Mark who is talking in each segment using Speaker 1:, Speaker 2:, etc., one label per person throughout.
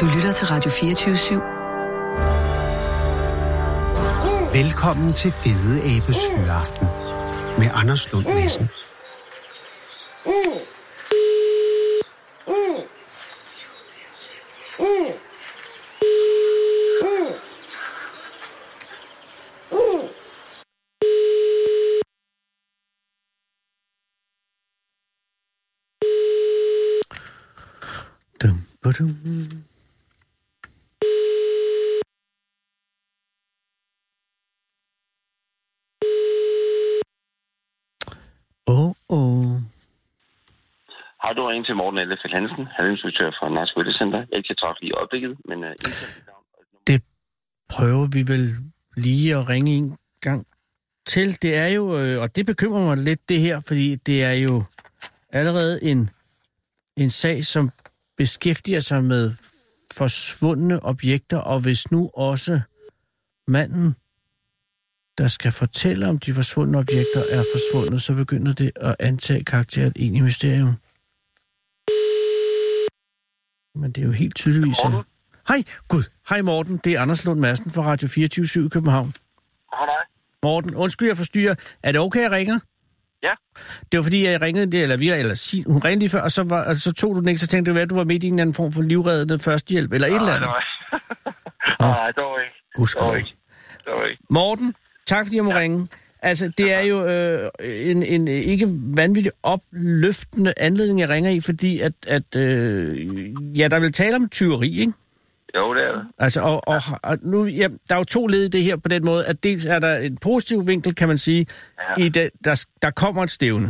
Speaker 1: Du lytter til Radio 24 /7.
Speaker 2: Velkommen til Fede Abes Fyraften med Anders Lund Madsen. Dum, badum. Åh, åh.
Speaker 3: Har du ringet til Morten Ellefeld Hansen, halvinspektør for Nars Center? Jeg kan træffe lige i øjeblikket, men uh,
Speaker 4: det prøver vi vel lige at ringe en gang til. Det er jo, øh, og det bekymrer mig lidt det her, fordi det er jo allerede en, en sag, som beskæftiger sig med forsvundne objekter, og hvis nu også manden, der skal fortælle om de forsvundne objekter, er forsvundet, så begynder det at antage karakteret ind i mysterium. Men det er jo helt tydeligvis... at-
Speaker 3: Morten?
Speaker 4: Hej, Gud. Hej Morten, det er Anders Lund Madsen fra Radio 24 i København.
Speaker 3: Hej.
Speaker 4: Morten, undskyld, jeg forstyrrer. Er det okay, jeg ringer?
Speaker 3: Ja.
Speaker 4: Det var fordi, jeg ringede, eller vi, eller Signe, hun ringede lige før, og så, var, og så tog du den ikke, så tænkte jeg, at du var midt i en eller anden form for livreddende førstehjælp, eller et eller andet.
Speaker 3: Nej, det var ikke. Det var
Speaker 4: Gudskelov.
Speaker 3: ikke. Det var ikke.
Speaker 4: Morten, tak fordi jeg må ja. ringe. Altså, det er jo øh, en, en ikke vanvittig opløftende anledning, jeg ringer i, fordi at, at øh, ja, der vil tale om tyveri, ikke?
Speaker 3: Jo, det er det.
Speaker 4: Altså, og, og, og nu, ja, der er jo to led i det her på den måde, at dels er der en positiv vinkel, kan man sige, ja.
Speaker 3: Ja.
Speaker 4: i det, der, der kommer et stævne.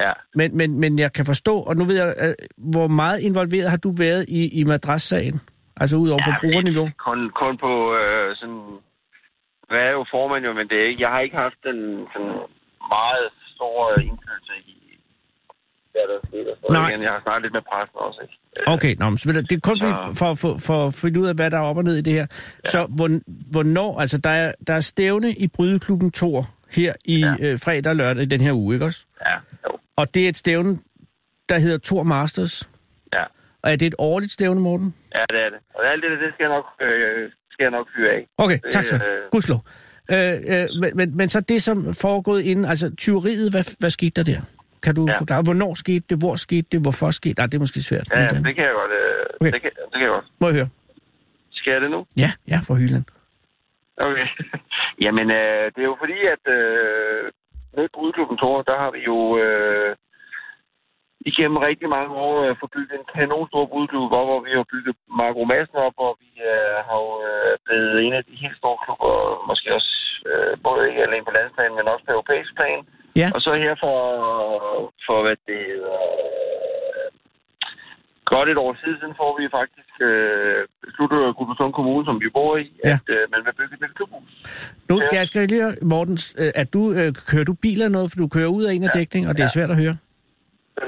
Speaker 3: Ja.
Speaker 4: Men, men, men jeg kan forstå, og nu ved jeg, øh, hvor meget involveret har du været i, i madrassagen? Altså udover ja, på brugerniveau?
Speaker 3: Kun, kun på øh, sådan... Hvad er jo formand jo, men det er ikke... Jeg har ikke haft den sådan meget store indflydelse i, hvad der skete. og sådan noget.
Speaker 4: Nej.
Speaker 3: Igen, Jeg har snakket lidt med pressen også, ikke?
Speaker 4: Okay, nå, men så ved du- det er kun
Speaker 3: Så-
Speaker 4: for, for, for, for at finde ud af, hvad der er op og ned i det her. Ja. Så hvorn- hvornår, altså der er, der er stævne i Brydeklubben Tor her i ja. øh, fredag og lørdag i den her uge, ikke også?
Speaker 3: Ja, jo.
Speaker 4: Og det er et stævne, der hedder Tor Masters.
Speaker 3: Ja.
Speaker 4: Og er det et årligt stævne, Morten?
Speaker 3: ja, det er det. Og alt det, der, det skal jeg nok, øh, skal jeg nok fyre af.
Speaker 4: Okay,
Speaker 3: Det,
Speaker 4: tak skal du have.
Speaker 3: øh,
Speaker 4: Gudslov. Øh, øh, men, men, men så det, som foregået inden, altså tyveriet, hvad, hvad skete der der? Kan du ja.
Speaker 3: Ja.
Speaker 4: forklare, hvornår skete det, hvor skete det, hvorfor skete det? Nej, det er måske svært.
Speaker 3: Ja,
Speaker 4: men
Speaker 3: ja,
Speaker 4: den-
Speaker 3: det kan jeg godt. Øh,
Speaker 4: Okay.
Speaker 3: okay. det, kan, det kan jeg godt.
Speaker 4: Må jeg høre?
Speaker 3: Skal jeg det nu?
Speaker 4: Ja, ja, for hylden.
Speaker 3: Okay. Jamen, øh, det er jo fordi, at øh, med Brudklubben Tor, der har vi jo øh, igennem rigtig mange år øh, fået bygget en kanon stor brudklub op, hvor vi har bygget Marco Madsen op, og vi øh, har jo øh, blevet en af de helt store klubber, måske også øh, både ikke alene på landsplan, men også på europæisk plan.
Speaker 4: Ja.
Speaker 3: Og så her for, for hvad det hedder, øh, godt et år siden, siden får vi faktisk øh, besluttet at Guldbesund Kommune, som vi bor i,
Speaker 4: Ja.
Speaker 3: at øh, man vil bygge et nyt klubhus.
Speaker 4: Nu,
Speaker 3: Ja.
Speaker 4: jeg skal lige høre, Mortens, øh, at du, øh, kører du bil eller noget, for du kører ud af en af dækning, og det er svært at høre.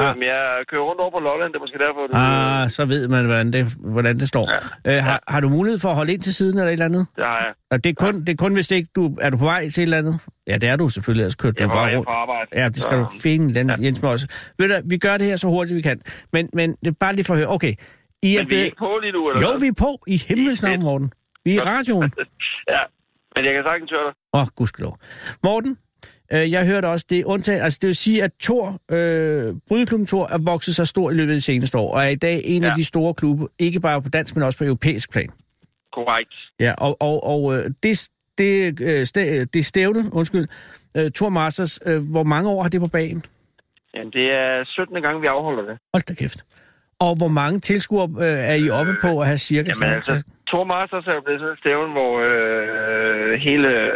Speaker 4: Ah.
Speaker 3: Ah. Jeg kører rundt over på Lolland, det er måske derfor, du...
Speaker 4: Ah, så ved man, hvordan det, hvordan det står. Ja. Øh, har, har du mulighed for at holde ind til siden eller et eller andet?
Speaker 3: Det har jeg.
Speaker 4: Og det er kun, det er kun hvis det ikke du... Er du på vej til et eller andet? Ja, det er du selvfølgelig, ellers kørte
Speaker 3: Jeg
Speaker 4: du
Speaker 3: var
Speaker 4: bare
Speaker 3: jeg er
Speaker 4: rundt.
Speaker 3: på arbejde. Ah.
Speaker 4: Ja, det skal
Speaker 3: Så,
Speaker 4: du finde, den, ja. Jens Møs. Ved du, vi gør det her så hurtigt, vi kan. Men, men det er bare lige for at høre. Okay, I er
Speaker 3: Men vi er
Speaker 4: blevet...
Speaker 3: ikke på lige nu, eller
Speaker 4: Jo,
Speaker 3: hvad?
Speaker 4: vi er på i himlens navn,
Speaker 3: Fedt.
Speaker 4: Morten. Vi er i radioen.
Speaker 3: Ja, men jeg kan sagtens høre dig.
Speaker 4: Åh, oh, gudskelov. Morten, øh, jeg hørte også, det er undtagen, altså det vil sige, at Tor, øh, Brydeklubben Tor er vokset sig stor i løbet af de seneste år, og er i dag en ja. af
Speaker 3: Ja.
Speaker 4: de store klubber, ikke bare på dansk, men også på europæisk plan.
Speaker 3: Korrekt.
Speaker 4: Ja, og, og, og øh, det, det, øh, stæ, det stævne, undskyld, øh, Tor Masters, øh, hvor mange år har det på bagen?
Speaker 3: Jamen, det er 17. gang, vi afholder det.
Speaker 4: Hold da kæft. Og hvor mange tilskuere øh, er I oppe på at have cirka?
Speaker 3: Jamen, altså, Tor Masters er jo blevet sådan et stævn, hvor øh, hele... Øh,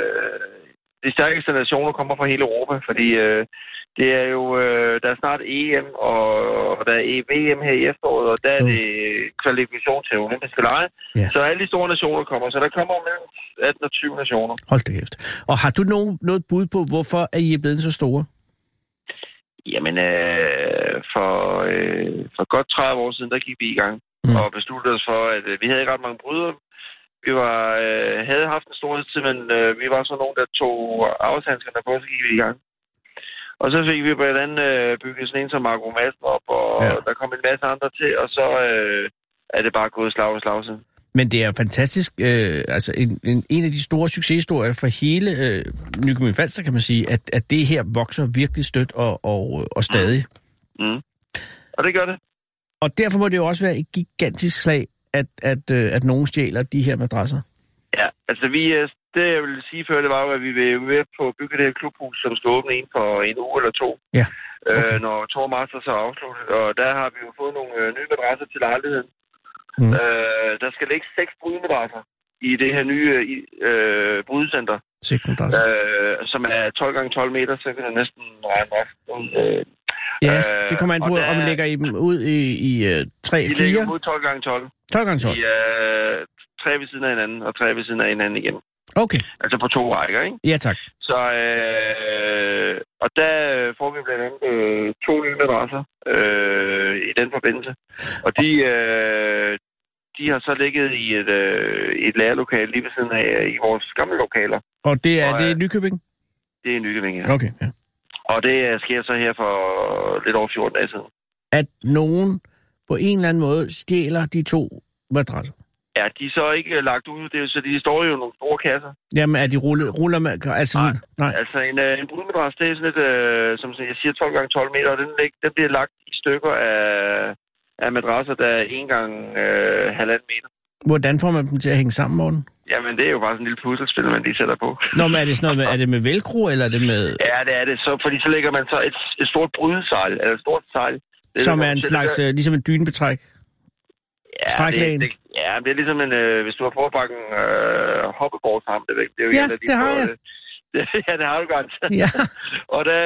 Speaker 3: de stærkeste nationer kommer fra hele Europa, fordi øh, det er jo... Øh, der er snart EM, og, og der er EVM her i efteråret, og der er
Speaker 4: Mm.
Speaker 3: det kvalifikation til olympiske lege.
Speaker 4: Ja.
Speaker 3: Ja. Så alle de store nationer kommer, så der kommer mellem 18 og 20 nationer.
Speaker 4: Hold da kæft. Og har du nogen, noget bud på, hvorfor er I er blevet så store?
Speaker 3: Jamen, øh, for, øh, for godt 30 år siden, der gik vi i gang
Speaker 4: Mm.
Speaker 3: mm. og besluttede os for, at øh, vi havde ikke ret mange brydere. Vi var, øh, havde haft en stor tid, men øh, vi var så nogen, der tog afsandskerne på, så gik vi i gang. Og så fik vi blandt andet øh, bygget sådan en som Marco Madsen op, og
Speaker 4: Ja.
Speaker 3: ja. der kom en masse andre til, og så øh, er det bare gået slag og slag siden.
Speaker 4: Men det er fantastisk, øh, altså en, en, en af de store succeshistorier for hele øh, Nykøbing Falster, kan man sige, at, at det her vokser virkelig stødt og, og, og stadig.
Speaker 3: Mm. Og det gør det.
Speaker 4: Og derfor må det jo også være et gigantisk slag, at, at, øh, at nogen stjæler de her madrasser.
Speaker 3: Ja, altså vi, øh, det jeg ville sige før, det var jo, at vi vil med på at bygge det her klubhus, som skal åbne ind på en uge eller to.
Speaker 4: Ja, okay.
Speaker 3: okay. øh, når Tor Masters er afsluttet. Og der har vi jo fået nogle øh, nye madrasser til lejligheden.
Speaker 4: Mm.
Speaker 3: Mm. Øh, der skal ligge seks brydemadrasser i det her nye øh, i- øh, brydecenter,
Speaker 4: Sigt madrasser.
Speaker 3: øh, som er 12 gange 12 meter, så kan det næsten regne resten ud. Øh,
Speaker 4: Ja,
Speaker 3: øh,
Speaker 4: det kommer an på,
Speaker 3: og der-
Speaker 4: om man lægger I dem ud i, i øh, 3,
Speaker 3: de ligger
Speaker 4: 4,
Speaker 3: mod 12 gange 12.
Speaker 4: 12 gange
Speaker 3: De
Speaker 4: 12.
Speaker 3: er øh, tre ved siden af hinanden, og tre ved siden af hinanden igen.
Speaker 4: Okay,
Speaker 3: Altså på to rækker, ikke?
Speaker 4: ja tak.
Speaker 3: Så, øh, og der øh, får vi blandt andet øh, to nye madrasser øh, i den forbindelse. Og de, øh, de har så ligget i et, øh, et lærerlokale lige ved siden af øh, i vores gamle lokaler.
Speaker 4: Og det er
Speaker 3: Og,
Speaker 4: det er
Speaker 3: øh,
Speaker 4: Nykøbing?
Speaker 3: Det er en Nykøbing her.
Speaker 4: Okay, ja.
Speaker 3: Og det øh, sker så her for lidt over 14 dage siden.
Speaker 4: At nogen på en eller anden måde stjæler de to madrasser.
Speaker 3: Ja, de er så ikke øh, lagt ud, det er, jo- så de står jo i nogle store kasser.
Speaker 4: Jamen, er de rullet, ruller med... Altså, nej. nej.
Speaker 3: Altså en, øh, en brudmadras, det er sådan lidt, øh, som jeg siger, 12 gange 12 meter, og den, lig, den bliver lagt i stykker af, af madrasser, der er 1 gange øh, halvanden meter.
Speaker 4: Hvordan får man dem til at hænge sammen, Morten?
Speaker 3: Jamen, det er jo bare sådan en lille puslespil, man lige sætter på.
Speaker 4: Nå, men er det sådan noget med, er det med velcro, eller er det med...
Speaker 3: Ja, det er det. Så, fordi så lægger man så et, et stort brydesejl, eller et stort sejl. Det
Speaker 4: som
Speaker 3: der,
Speaker 4: er en
Speaker 3: man
Speaker 4: slags,
Speaker 3: sætter-
Speaker 4: øh, ligesom en dynebetræk.
Speaker 3: ja,
Speaker 4: træklæn.
Speaker 3: det, det, ja, det er ligesom en, øh, hvis du har forbakken øh, hoppeboardsarm, det, er ikke- det er jo
Speaker 4: Ja,
Speaker 3: en, der lige
Speaker 4: det har
Speaker 3: får,
Speaker 4: jeg.
Speaker 3: øh, Det, ja, det har du godt.
Speaker 4: Ja,
Speaker 3: Og det,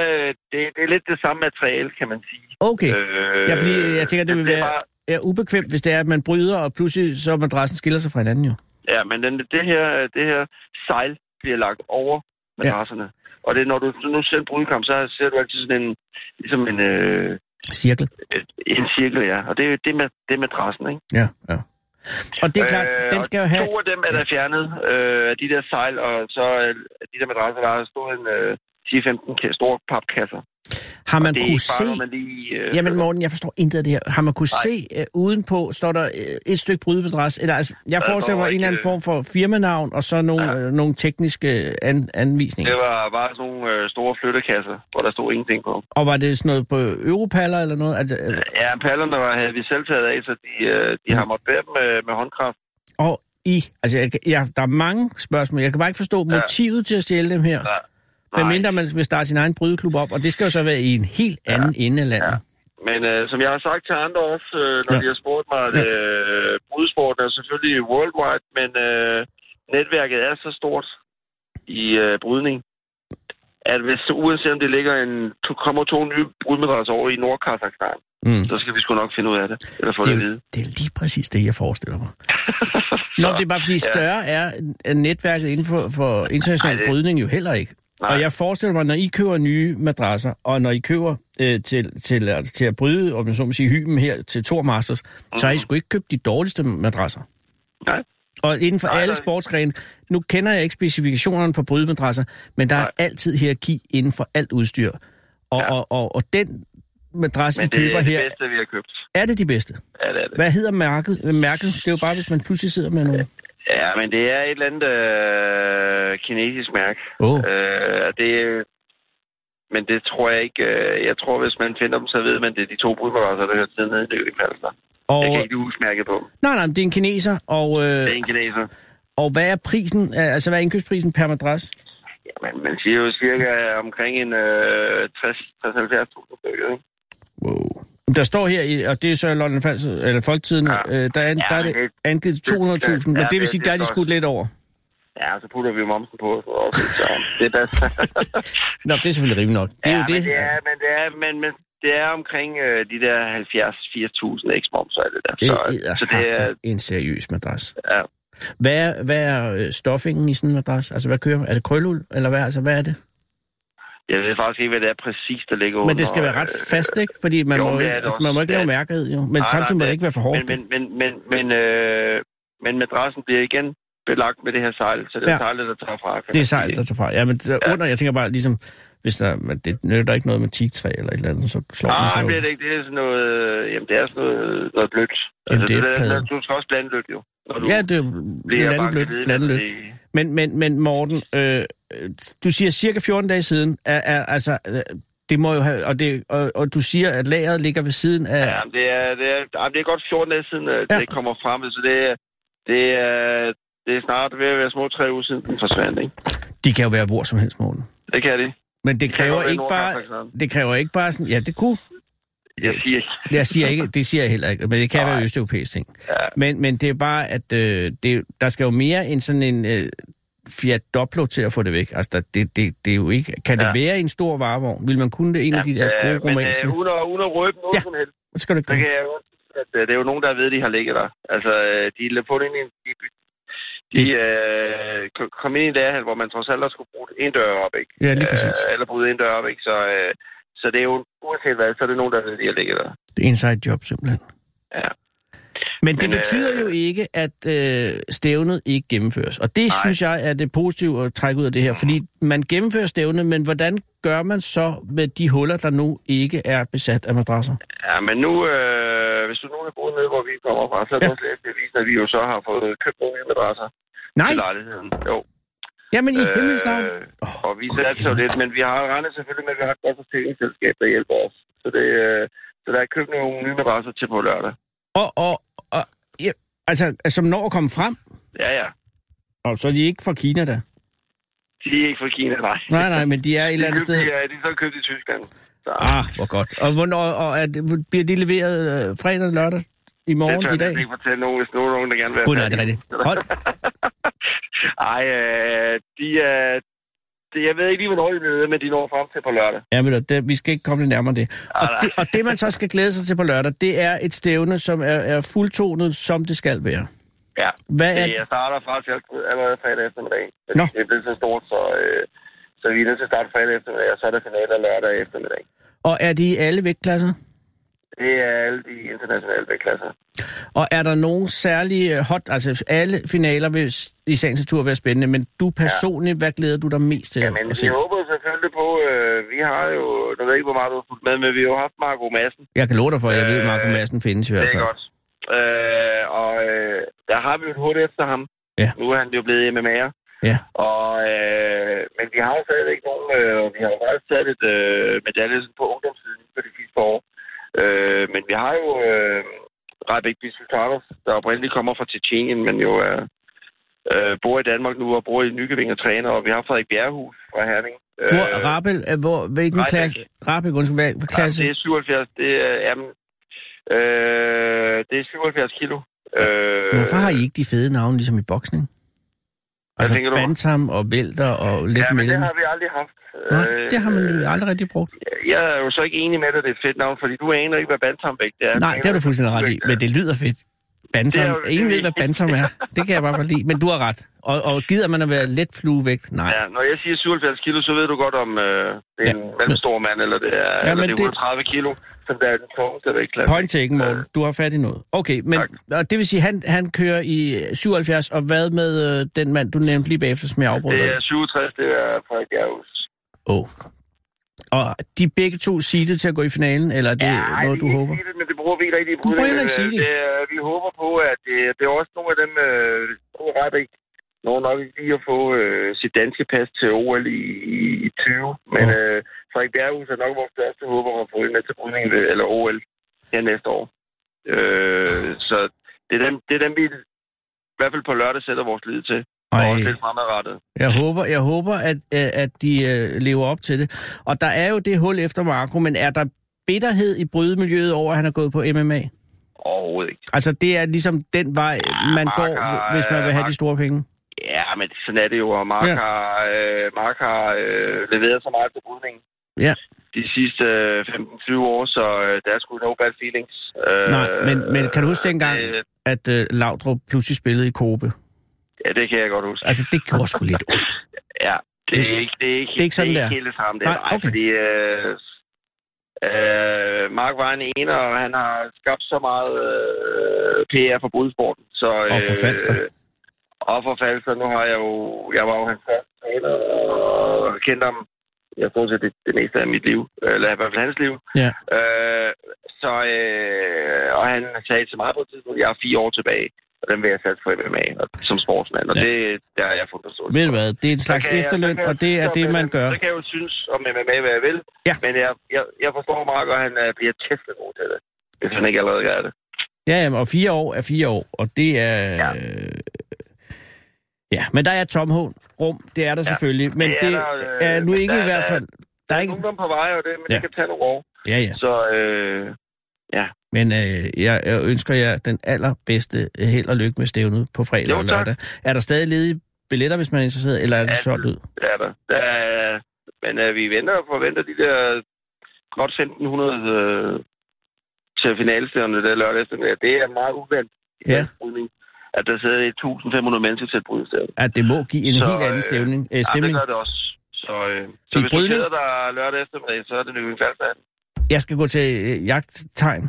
Speaker 3: det, det er lidt det samme materiale, kan man sige.
Speaker 4: okay.
Speaker 3: Øh,
Speaker 4: Ja, fordi øh, jeg tænker, det
Speaker 3: den
Speaker 4: vil
Speaker 3: bliver
Speaker 4: være
Speaker 3: bare-
Speaker 4: ja, ubekvemt, hvis det er, at man bryder, og pludselig så madrassen skiller sig fra hinanden jo.
Speaker 3: Ja, men den, det, her, det her sejl bliver lagt over madrasserne. Ja. Og det er, når du nu selv brudkamp, så ser du altid sådan en, ligesom en, øh,
Speaker 4: Cirkel.
Speaker 3: en cirkel, ja. Og det er jo det med, det med madrassen, ikke?
Speaker 4: Ja, ja. Og det er klart, øh, den
Speaker 3: og
Speaker 4: skal jo have...
Speaker 3: To af dem er der fjernet øh, af de der sejl, og så øh, af de der madrasser, der er stået en øh, 10-15 ka- store papkasser.
Speaker 4: Har man
Speaker 3: det er
Speaker 4: kunne
Speaker 3: ikke bare
Speaker 4: se...
Speaker 3: noget, man lige... Øh,
Speaker 4: Jamen Morten, jeg forstår intet af det her. Har man kunne se øh, udenpå, står der øh, et stykke brydevendras, eller altså, jeg
Speaker 3: Der
Speaker 4: forestiller
Speaker 3: står
Speaker 4: mig en eller anden
Speaker 3: ikke,
Speaker 4: form for firmanavn, og så nogle, ja. øh, nogle tekniske øh, an, anvisninger.
Speaker 3: det var bare sådan nogle øh, store flyttekasser, hvor der stod ingenting på.
Speaker 4: Og var det sådan noget på europaller eller noget? Altså, øh,
Speaker 3: Ja, pallerne var, havde vi selv taget af, så de, øh, de har måttet bære dem øh, med, med håndkraft.
Speaker 4: og i, altså jeg, kan- jeg, der er mange spørgsmål. Jeg kan bare ikke forstå motivet til at stjæle dem her.
Speaker 3: Nej.
Speaker 4: Men mindre man vil starte sin egen brydeklub op, og det skal jo så være i en helt anden ja. ende af landet. Ja.
Speaker 3: Men øh, som jeg har sagt til andre også, øh,
Speaker 4: Ja.
Speaker 3: når ja. de har spurgt mig, at øh, brudsporten er selvfølgelig worldwide, men øh, netværket er så stort i øh, brydning, at hvis uanset om det ligger en, to, kommer to nye brudmadrasser over i Nordkazakhstan,
Speaker 4: Mm.
Speaker 3: mm. så skal vi sgu nok finde ud af det, eller få
Speaker 4: Det,
Speaker 3: det,
Speaker 4: er
Speaker 3: at
Speaker 4: jo,
Speaker 3: vide.
Speaker 4: det er lige præcis det, jeg forestiller mig. Nå, det er bare fordi større er netværket inden for, for international
Speaker 3: Nej, det-
Speaker 4: brydning jo heller ikke. Nej.
Speaker 3: Nej.
Speaker 4: Og jeg forestiller mig, når I køber nye madrasser, og når I køber øh, til, til, altså, til at bryde, om jeg så må sige, hymen her til Thor Masters, mm.
Speaker 3: Mhm.
Speaker 4: så har I sgu ikke købt de dårligste madrasser.
Speaker 3: Nej.
Speaker 4: Og inden for
Speaker 3: Nej,
Speaker 4: alle
Speaker 3: nej.
Speaker 4: sportsgrene, nu kender jeg ikke specifikationerne på brydemadrasser, men der er
Speaker 3: Nej.
Speaker 4: altid hierarki inden for alt udstyr. Og, ja. og, og, og den madras, I
Speaker 3: Men det
Speaker 4: køber
Speaker 3: er det
Speaker 4: her,
Speaker 3: bedste, vi har købt.
Speaker 4: er det de bedste?
Speaker 3: Ja, det er det.
Speaker 4: Hvad hedder mærket? Øh, mærket? Det er jo bare, hvis man pludselig sidder med nogle...
Speaker 3: Ja, men det er et eller andet øh, kinesisk mærke.
Speaker 4: Åh, oh,
Speaker 3: Øh, og det, men det tror jeg ikke. Øh, jeg tror, hvis man finder dem, så ved man, det er de to brudmadrasser, der hører til nede i Nykøbing Falster.
Speaker 4: og...
Speaker 3: Jeg kan ikke huske mærket på.
Speaker 4: Nej, nej, men det er en kineser, og,
Speaker 3: Det
Speaker 4: øh,
Speaker 3: er en kineser.
Speaker 4: og hvad er prisen, øh, altså hvad er indkøbsprisen per madras?
Speaker 3: Jamen, man siger jo cirka omkring en øh, 60-70.000 stykker, ikke?
Speaker 4: Wow. Der står her, i, og det er så i London Falster, eller Folketiden, ja.
Speaker 3: Ja.
Speaker 4: øh, der, er, en-
Speaker 3: Ja,
Speaker 4: der er det
Speaker 3: men det-
Speaker 4: angivet 200.000, men
Speaker 3: Ja,
Speaker 4: det vil
Speaker 3: det-
Speaker 4: sige,
Speaker 3: det
Speaker 4: der er
Speaker 3: er
Speaker 4: de
Speaker 3: godt.
Speaker 4: skudt lidt over.
Speaker 3: Ja, så putter vi jo momsen på. Så også, så det er bedst.
Speaker 4: Nå, det er selvfølgelig rimeligt nok. Det er
Speaker 3: ja,
Speaker 4: jo det.
Speaker 3: Men det, er,
Speaker 4: altså.
Speaker 3: men det er, men, men det er omkring øh, de der 70-80.000 eksmoms og alt det der. Så,
Speaker 4: det er,
Speaker 3: så det er,
Speaker 4: en seriøs madras.
Speaker 3: ja,
Speaker 4: Hvad er, hvad er øh, stoffingen i sådan en madras? Altså, hvad kører Er det krølul, eller hvad, altså, hvad er det?
Speaker 3: jeg ved faktisk ikke, hvad det er præcis, der ligger
Speaker 4: Men det skal
Speaker 3: under,
Speaker 4: være ret
Speaker 3: øh,
Speaker 4: fast, ikke? Fordi man,
Speaker 3: jo,
Speaker 4: må,
Speaker 3: men det
Speaker 4: ikke,
Speaker 3: er det
Speaker 4: altså,
Speaker 3: også.
Speaker 4: man må ikke
Speaker 3: Det er
Speaker 4: lave
Speaker 3: det.
Speaker 4: mærket, jo. Men
Speaker 3: nej,
Speaker 4: samtidig må
Speaker 3: det-
Speaker 4: det ikke være for hårdt.
Speaker 3: Men, men, men, men, men, øh, men madrassen bliver igen belagt med det her sejl, så det er
Speaker 4: Ja.
Speaker 3: ja. sejlet, der tager fra. kan
Speaker 4: Det er
Speaker 3: man
Speaker 4: sejt,
Speaker 3: sige.
Speaker 4: der tager fra. Ja, men ja. under, øh, jeg tænker bare ligesom, hvis der, men det nytter ikke noget med teaktræ eller et eller andet, så slår den
Speaker 3: Nej,
Speaker 4: sig
Speaker 3: det
Speaker 4: jo.
Speaker 3: er det ikke. Det er sådan noget, øh, jamen, det er sådan noget, noget blødt. Altså, det
Speaker 4: MDF-plade.
Speaker 3: er, du skal også blande blødt, jo. Når du
Speaker 4: Ja, det er
Speaker 3: bliver banket
Speaker 4: landløb.
Speaker 3: ved,
Speaker 4: landløb.
Speaker 3: men
Speaker 4: Men,
Speaker 3: det-
Speaker 4: men, men Morten, øh, du siger cirka 14 dage siden, er, er, altså, øh, det må jo have, og, det, og, og du siger, at lageret ligger ved siden af...
Speaker 3: Ja, men det er, det er, jamen, det er godt 14 dage siden, at
Speaker 4: Ja.
Speaker 3: ja. det kommer frem. Så det er, det er, det er snart ved at være små tre uger siden, den forsvandt, ikke?
Speaker 4: De kan jo være hvor som helst, Morten.
Speaker 3: Det kan det.
Speaker 4: Men det
Speaker 3: kan
Speaker 4: kræver
Speaker 3: godt være
Speaker 4: ikke bare...
Speaker 3: Nordkapsaksen.
Speaker 4: Det kræver ikke bare sådan... Ja, det kunne...
Speaker 3: Jeg siger ikke.
Speaker 4: Jeg siger ikke, det siger jeg heller ikke, men det kan
Speaker 3: Nej.
Speaker 4: være østeuropæisk ting. Men, men det er bare, at øh, det, der skal jo mere end sådan en øh, Fiat Doblo til at få det væk. Altså, der, det, det, det er jo ikke... Kan det
Speaker 3: Ja.
Speaker 4: være en stor varevogn? Vil man kunne det en af de der
Speaker 3: Øh,
Speaker 4: gode
Speaker 3: men
Speaker 4: romanske?
Speaker 3: øh, uden at, uden at røbe noget
Speaker 4: Ja.
Speaker 3: ja. som helst,
Speaker 4: Det skal du ikke
Speaker 3: så
Speaker 4: gøre.
Speaker 3: kan jeg jo godt sige, at øh, det er jo nogen, der ved, at de har ligget der. Altså, øh, de er fundet ind i en... De, de øh, ko- kom ind i en lærerhal, hvor man trods alt også skulle bruge en dør op, ikke?
Speaker 4: Ja, lige præcis.
Speaker 3: Øh, eller bryde en dør op, ikke? Så, øh, så det er jo, uanset hvad, så er det nogen, der ved, at de har ligget der.
Speaker 4: Det er inside job, simpelthen.
Speaker 3: Ja.
Speaker 4: Men det
Speaker 3: Men,
Speaker 4: betyder
Speaker 3: øh,
Speaker 4: jo ikke, at øh, stævnet ikke gennemføres. Og det Nej.
Speaker 3: Nej.
Speaker 4: synes jeg er det positive at trække ud af det her. Fordi man gennemfører stævnet, men hvordan gør man så med de huller, der nu ikke er besat af madrasser?
Speaker 3: Ja, men nu, øh, hvis du nu er boet nede, hvor vi kommer fra, så er det
Speaker 4: Ja.
Speaker 3: ja. også lidt bevist, at vi jo så har fået købt nogle nye madrasser
Speaker 4: Nej,
Speaker 3: til lejligheden. Jo.
Speaker 4: jamen i himlens navn.
Speaker 3: Øh, og vi
Speaker 4: Åh, Gud
Speaker 3: satte så
Speaker 4: himmel.
Speaker 3: lidt, men vi har regnet selvfølgelig med, at vi har et godt forsikringsselskab, der hjælper os. Så, det, øh, så der er købt nogle nye madrasser til på lørdag.
Speaker 4: Og, og, og ja, altså, som når at komme frem,
Speaker 3: Ja, ja.
Speaker 4: og så er de ikke fra Kina, da.
Speaker 3: De er ikke fra Kina, nej.
Speaker 4: Nej, nej, men de er et eller andet
Speaker 3: de,
Speaker 4: sted.
Speaker 3: købte, ja, de er så købt i Tyskland. Så,
Speaker 4: Ah, hvor godt. Og, hvornår, og er, det- bliver de leveret øh, fredag, lørdag, i
Speaker 3: det
Speaker 4: morgen, i
Speaker 3: jeg
Speaker 4: dag?
Speaker 3: næsten ikke fortælle nogen, hvis nogen, nogen der gerne vil
Speaker 4: Gud, nej, det er rigtigt. Hold,
Speaker 3: Ej, øh, de er... Det, jeg ved ikke lige, hvornår de bliver nede, men de når frem til på lørdag.
Speaker 4: Ja, men det, vi skal ikke komme det nærmere det. Og,
Speaker 3: Ah, nej.
Speaker 4: det. og det, man så skal glæde sig til på lørdag, det er et stævne, som er, er fuldtonet, som det skal være.
Speaker 3: Ja.
Speaker 4: Hvad er,
Speaker 3: Ja. Jeg starter faktisk alt- allerede fredag eftermiddag.
Speaker 4: Nå.
Speaker 3: Nå. Det er blevet så stort, så, øh, så vi er nødt til at starte fredag eftermiddag, og så er der finaler lørdag eftermiddag.
Speaker 4: og er de i alle vægtklasser?
Speaker 3: Det er alle de internationale vægtklasser.
Speaker 4: Og er der nogen særlige øh, hot... Altså, alle finaler vil s- i sagens natur være spændende, men du personligt, hvad glæder du dig mest til
Speaker 3: Ja, men
Speaker 4: at
Speaker 3: vi
Speaker 4: se?
Speaker 3: håber selvfølgelig på, øh, vi har jo, nu ved jeg ikke, hvor meget du har fulgt med, men vi har jo haft Marco Madsen.
Speaker 4: Jeg kan love dig for, at jeg ved, at Marco
Speaker 3: Øh,
Speaker 4: Madsen findes i hvert
Speaker 3: Det
Speaker 4: fald.
Speaker 3: er godt. Øh, og øh, der har vi jo et hul efter ham.
Speaker 4: Ja.
Speaker 3: Nu er han jo blevet MMA'er.
Speaker 4: Ja.
Speaker 3: Og, øh, men vi har jo stadigvæk nogle, øh, vi har jo faktisk taget lidt øh, medaljer sådan på ungdomssiden for de sidste par år. Øh, men vi har jo øh, Rebek Bissultanov, der oprindeligt kommer fra Tjetjenien, men jo er, øh, bor i Danmark nu og bor i Nykøbing og træner. Og vi har Frederik Bjerrehus fra Herning.
Speaker 4: Hvor, Rabel, øh, hvor, hvilken
Speaker 3: Rebek.
Speaker 4: klasse? Rabel, undskyld, hvad, hvad klasse?
Speaker 3: Jamen, det er 77, det er, jamen, øh, det er 77 kilo. Øh,
Speaker 4: Hvorfor har I ikke de fede navne, ligesom i boksning? Altså
Speaker 3: tænker du?
Speaker 4: Bantam og Vælter og lidt
Speaker 3: Ja, men det
Speaker 4: mellem.
Speaker 3: har vi aldrig haft.
Speaker 4: Nej,
Speaker 3: Øh,
Speaker 4: det har man
Speaker 3: øh,
Speaker 4: jo aldrig rigtig brugt.
Speaker 3: Jeg er jo så ikke enig med dig, det er et fedt navn, fordi du aner ikke, hvad bantamvægt er.
Speaker 4: Nej, det har du fuldstændig ret i,
Speaker 3: vægt er.
Speaker 4: men det lyder fedt.
Speaker 3: Det er
Speaker 4: Bantam.
Speaker 3: jo-
Speaker 4: Ingen ved, hvad bantam er. Det kan jeg bare godt lide, men du har ret. Og, og gider man at være let fluevægt? Nej.
Speaker 3: Ja, når jeg siger 77 kilo, så ved du godt, om øh, det er
Speaker 4: Ja,
Speaker 3: ja. en mellemstor mand, eller det er,
Speaker 4: Ja,
Speaker 3: ja, eller
Speaker 4: men
Speaker 3: det er
Speaker 4: det-
Speaker 3: 130 kilo, som der er den tungeste vægtklasse.
Speaker 4: Point taken, Morten. Du har fat i noget. Okay, men
Speaker 3: Tak.
Speaker 4: og det vil sige, han, han kører i 77, og hvad med øh, den mand, du nævnte lige bagefter, som jeg afbrød?
Speaker 3: Det
Speaker 4: dig?
Speaker 3: er 67, det er Frederik Bjerghus.
Speaker 4: Åh. Oh. Og de begge to seedet til at gå i finalen, eller er det ja, noget, du
Speaker 3: ikke
Speaker 4: håber?
Speaker 3: sige Det, men det bruger vi ikke rigtig.
Speaker 4: Du prøver heller ikke at sige det.
Speaker 3: det. er- Vi håber på, at det, det er også nogle af dem, øh, tror ret ikke, når nok ikke lige at få øh, sit danske pas til OL i, i, i 20. Men
Speaker 4: Åh.
Speaker 3: øh, Frederik Bjerghus er nok vores største håber om at få en med til brydningen ved, eller OL her næste år. Øh, så det er, dem, det er dem, vi i hvert fald på lørdag sætter vores lid til. Og
Speaker 4: Ej.
Speaker 3: også lidt fremadrettet.
Speaker 4: Jeg håber, jeg håber at, øh, at de øh, lever op til det. Og der er jo det hul efter Marco, men er der bitterhed i brydemiljøet over, at han er gået på MMA?
Speaker 3: Overhovedet ikke.
Speaker 4: Altså, det er ligesom den vej, man
Speaker 3: Mark
Speaker 4: går,
Speaker 3: har,
Speaker 4: hvis man vil have
Speaker 3: øh,
Speaker 4: de store penge.
Speaker 3: Ja, men sådan er det jo, og Mark
Speaker 4: Ja.
Speaker 3: ja. har, øh, Mark har øh, leveret så meget på brydningen.
Speaker 4: Ja.
Speaker 3: De sidste øh, 15-20 år, så øh, der er sgu no bad feelings. Øh,
Speaker 4: Nej, men- men kan du huske dengang?
Speaker 3: Øh,
Speaker 4: At øh, Laudrup pludselig spillede i Kobe.
Speaker 3: ja, det kan jeg godt huske.
Speaker 4: Altså, det gjorde sgu lidt ondt.
Speaker 3: Ja, det er ikke, det er ikke,
Speaker 4: Det er ikke sådan
Speaker 3: det er
Speaker 4: der.
Speaker 3: ikke helt det samme. Der.
Speaker 4: Nej,
Speaker 3: Nej, okay.
Speaker 4: okay.
Speaker 3: fordi øh, øh, Mark var en ener, og han har skabt så meget øh, PR for brudsporten. Så, øh,
Speaker 4: Og for Falster.
Speaker 3: Og for Falster. Nu har jeg jo... Jeg var jo hans første træner, og kendte ham Jeg stort set det, det meste af mit liv, eller i hvert fald hans liv.
Speaker 4: Ja.
Speaker 3: Øh, så, øh, og han sagde til mig på et tidspunkt, jeg er fire år tilbage, og den vil jeg satse på MMA og, som sportsmand, og
Speaker 4: Ja.
Speaker 3: ja. det der har jeg fundet forståelse.
Speaker 4: Ved du hvad, det er en slags
Speaker 3: Så kan jeg- så
Speaker 4: efterløn,
Speaker 3: kan jeg
Speaker 4: og det er
Speaker 3: synes
Speaker 4: det,
Speaker 3: om
Speaker 4: man
Speaker 3: MMA.
Speaker 4: gør.
Speaker 3: Så kan jeg jo synes om MMA, hvad jeg vil,
Speaker 4: Ja.
Speaker 3: men jeg, jeg, jeg forstår Mark, og han øh, bliver tæsket god til det, hvis han ikke allerede gør det.
Speaker 4: Ja, jamen, og fire år er fire år, og det er... Ja,
Speaker 3: Ja.
Speaker 4: øh, ja men der er et tomhånd rum, det er der ja, selvfølgelig, men
Speaker 3: det
Speaker 4: det
Speaker 3: er
Speaker 4: er,
Speaker 3: der,
Speaker 4: der,
Speaker 3: øh,
Speaker 4: er nu
Speaker 3: men
Speaker 4: ikke
Speaker 3: der
Speaker 4: i hvert
Speaker 3: er-
Speaker 4: fald... Der er ikke...
Speaker 3: Ungdom på vej, og det, men
Speaker 4: Ja.
Speaker 3: ja. det kan tage nogle år.
Speaker 4: Ja, ja,
Speaker 3: Så øh,
Speaker 4: men øh, jeg, jeg ønsker jer den allerbedste øh, held og lykke med stævnet på fredag
Speaker 3: Jo,
Speaker 4: og
Speaker 3: tak.
Speaker 4: lørdag. Er der stadig ledige billetter, hvis man er interesseret, eller er det
Speaker 3: Ja,
Speaker 4: solgt ud?
Speaker 3: det er der. der er, men øh, vi venter og forventer de der godt 1500 øh, til finalestævnerne der lørdag eftermiddag. Det er meget uventet i
Speaker 4: Ja.
Speaker 3: ja. brydning, at der sidder 1500 mennesker til et brydestævn.
Speaker 4: At det må give en
Speaker 3: Så,
Speaker 4: helt anden
Speaker 3: øh,
Speaker 4: stævning, øh,
Speaker 3: Ja, det
Speaker 4: stemning.
Speaker 3: gør det også. Så, øh, så
Speaker 4: I
Speaker 3: hvis du
Speaker 4: Brydning?
Speaker 3: keder dig lørdag eftermiddag, så er det Nykøbing Falster.
Speaker 4: Jeg skal gå til øh, jagttegn,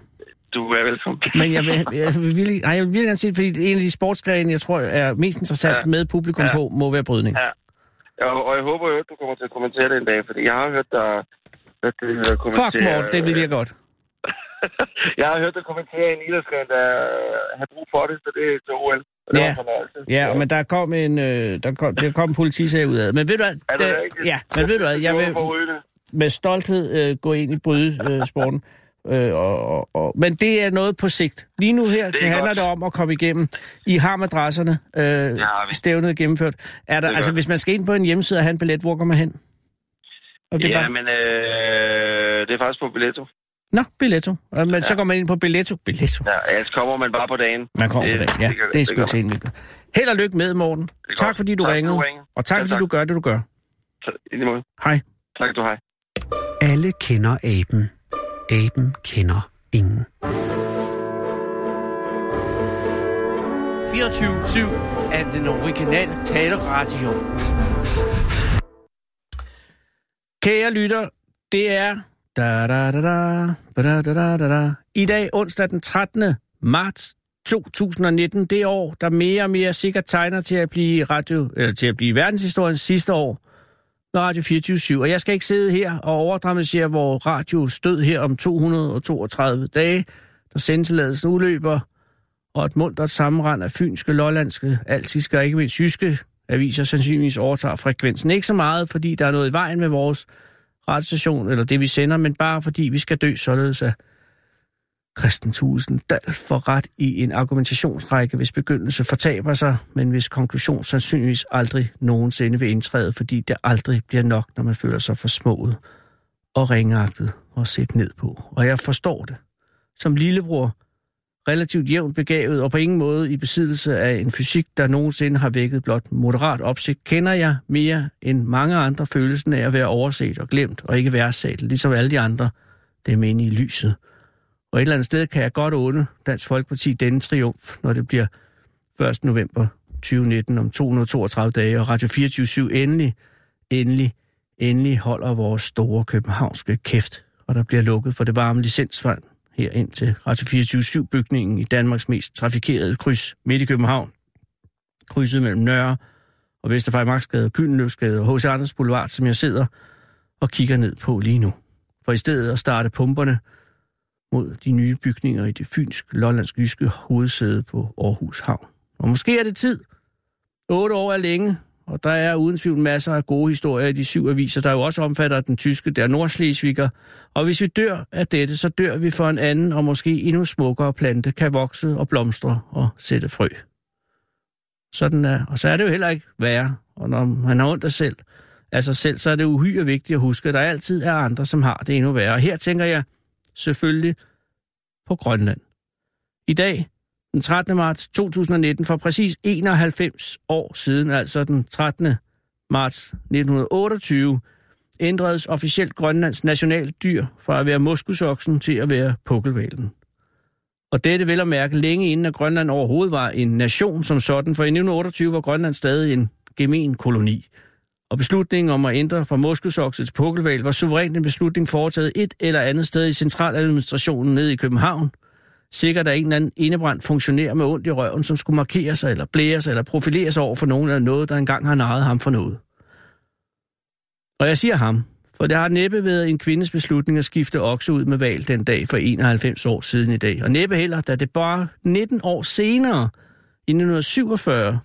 Speaker 3: Du er velkommen.
Speaker 4: men jeg vil, jeg vil, virkelig, nej, jeg vil virkelig gerne se det, fordi en af de sportsgrene, jeg tror er mest interessant
Speaker 3: Ja.
Speaker 4: med publikum
Speaker 3: Ja.
Speaker 4: på, må være brydning.
Speaker 3: og, og jeg håber jo, at du kommer til at kommentere det en dag, fordi jeg har hørt dig... At, øh, kommentere,
Speaker 4: Fuck, Morten, det vil jeg godt.
Speaker 3: Jeg har hørt dig kommentere en idrætsgren, der øh, har brug for det, så det er til OL. Og det
Speaker 4: Ja.
Speaker 3: var en fornøjelse.
Speaker 4: Ja, men der kom en, øh, der kom, der kom en politisag ud af. Men ved du hvad?
Speaker 3: Er det
Speaker 4: der-
Speaker 3: rigtigt?
Speaker 4: ja, men ved du hvad? Jeg
Speaker 3: Det var
Speaker 4: vil
Speaker 3: forrygende.
Speaker 4: med stolthed øh, gå ind i brydesporten. Øh, sporten. øh, og, og, og, men det er noget på sigt. Lige nu her, det,
Speaker 3: er
Speaker 4: det handler
Speaker 3: godt.
Speaker 4: det om at komme igennem. I har madrasserne øh,
Speaker 3: har vi.
Speaker 4: stævnet gennemført. Er der,
Speaker 3: er
Speaker 4: altså,
Speaker 3: godt.
Speaker 4: hvis man skal ind på en hjemmeside og have en billet, hvor går man hen? Og det er
Speaker 3: Ja,
Speaker 4: bare...
Speaker 3: men øh, det er faktisk på Billetto.
Speaker 4: Nå, Billetto. Og, men så går man ind på Billetto. Billetto.
Speaker 3: Ja, altså kommer man bare på dagen.
Speaker 4: Man kommer på
Speaker 3: Det-
Speaker 4: det. Ja,
Speaker 3: det gør-
Speaker 4: det er
Speaker 3: det
Speaker 4: sgu
Speaker 3: gør
Speaker 4: ikke så indviklet. Held og lykke med, Morten.
Speaker 3: Det er
Speaker 4: Tak
Speaker 3: godt.
Speaker 4: fordi du
Speaker 3: Tak,
Speaker 4: ringede.
Speaker 3: du ringede.
Speaker 4: Og tak
Speaker 3: Ja,
Speaker 4: fordi
Speaker 3: tak.
Speaker 4: du gør det, du gør.
Speaker 3: Så, i lige måde.
Speaker 4: Hej.
Speaker 3: Tak, du har.
Speaker 2: Alle kender aben. Aben kender ingen.
Speaker 5: 24-7 af den originale taleradio.
Speaker 4: Kære lytter, det er da, da, da, da, da, da, da, da, da. i dag onsdag den 13. marts 2019, det år, der mere og mere sikkert tegner til at blive, radio, eller til at blive verdenshistoriens sidste år med Radio 24 Og jeg skal ikke sidde her og overdramatisere, hvor radio stød her om 232 dage, der sendtilladelsen udløber, og et mundtet sammenrend af fynske, lollandske, altiske og ikke mindst jyske aviser sandsynligvis overtager frekvensen. Ikke så meget, fordi der er noget i vejen med vores radiostation, eller det vi sender, men bare fordi vi skal dø således af Christian Thusen Dahl får ret i en argumentationsrække, hvis begyndelse fortaber sig, men hvis konklusion sandsynligvis aldrig nogensinde vil indtræde, fordi det aldrig bliver nok, når man føler sig forsmået og ringagtet og set ned på. Og jeg forstår det. Som lillebror relativt jævnt begavet og på ingen måde i besiddelse af en fysik, der nogensinde har vækket blot moderat opsigt, kender jeg mere end mange andre følelsen af at være overset og glemt og ikke værdsat, ligesom alle de andre, det er meningen i lyset. Og et eller andet sted kan jeg godt unde Dansk Folkeparti denne triumf, når det bliver 1. november 2019 om 232 dage, og Radio 24 endelig, endelig, endelig holder vores store københavnske kæft, og der bliver lukket for det varme licensfond her ind til Radio 24-7-bygningen i Danmarks mest trafikerede kryds midt i København. Krydset mellem Nørre og Vesterfejmarksgade, Gyldenløvsgade og H.C. Anders Boulevard, som jeg sidder og kigger ned på lige nu. For i stedet at starte pumperne mod de nye bygninger i det fynsk-lollandsk-jyske hovedsæde på Aarhus Havn. Og måske er det tid. Otte år er længe, og der er uden tvivl masser af gode historier i de syv aviser, der jo også omfatter den tyske, der Nordslesviger. Og hvis vi dør af dette, så dør vi for en anden og måske endnu smukkere plante, kan vokse og blomstre og sætte frø. Sådan er, og så er det jo heller ikke værre, og når man har ondt af selv, af sig selv, så er det uhyre vigtigt at huske, at der altid er andre, som har det endnu værre. Og her tænker jeg selvfølgelig på Grønland. I dag den 13. marts 2019, for præcis 91 år siden, altså den 13. marts 1928, ændredes officielt Grønlands nationaldyr fra at være moskusoksen til at være pukkelvalen. Og dette vel at mærke længe inden, at Grønland overhovedet var en nation som sådan, for i 1928 var Grønland stadig en gemen koloni. Og beslutningen om at ændre fra moskusokse til pukkelval var suverænt en beslutning foretaget et eller andet sted i centraladministrationen nede i København, Sikkert er en eller anden indebrændt funktionær med ondt i røven, som skulle markere sig, eller blære sig, eller profilere sig over for nogen eller noget, der engang har narret ham for noget. Og jeg siger ham, For det har næppe været en kvindes beslutning at skifte okse ud med val den dag for 91 år siden i dag. Og næppe heller, da det bare 19 år senere, i 1947,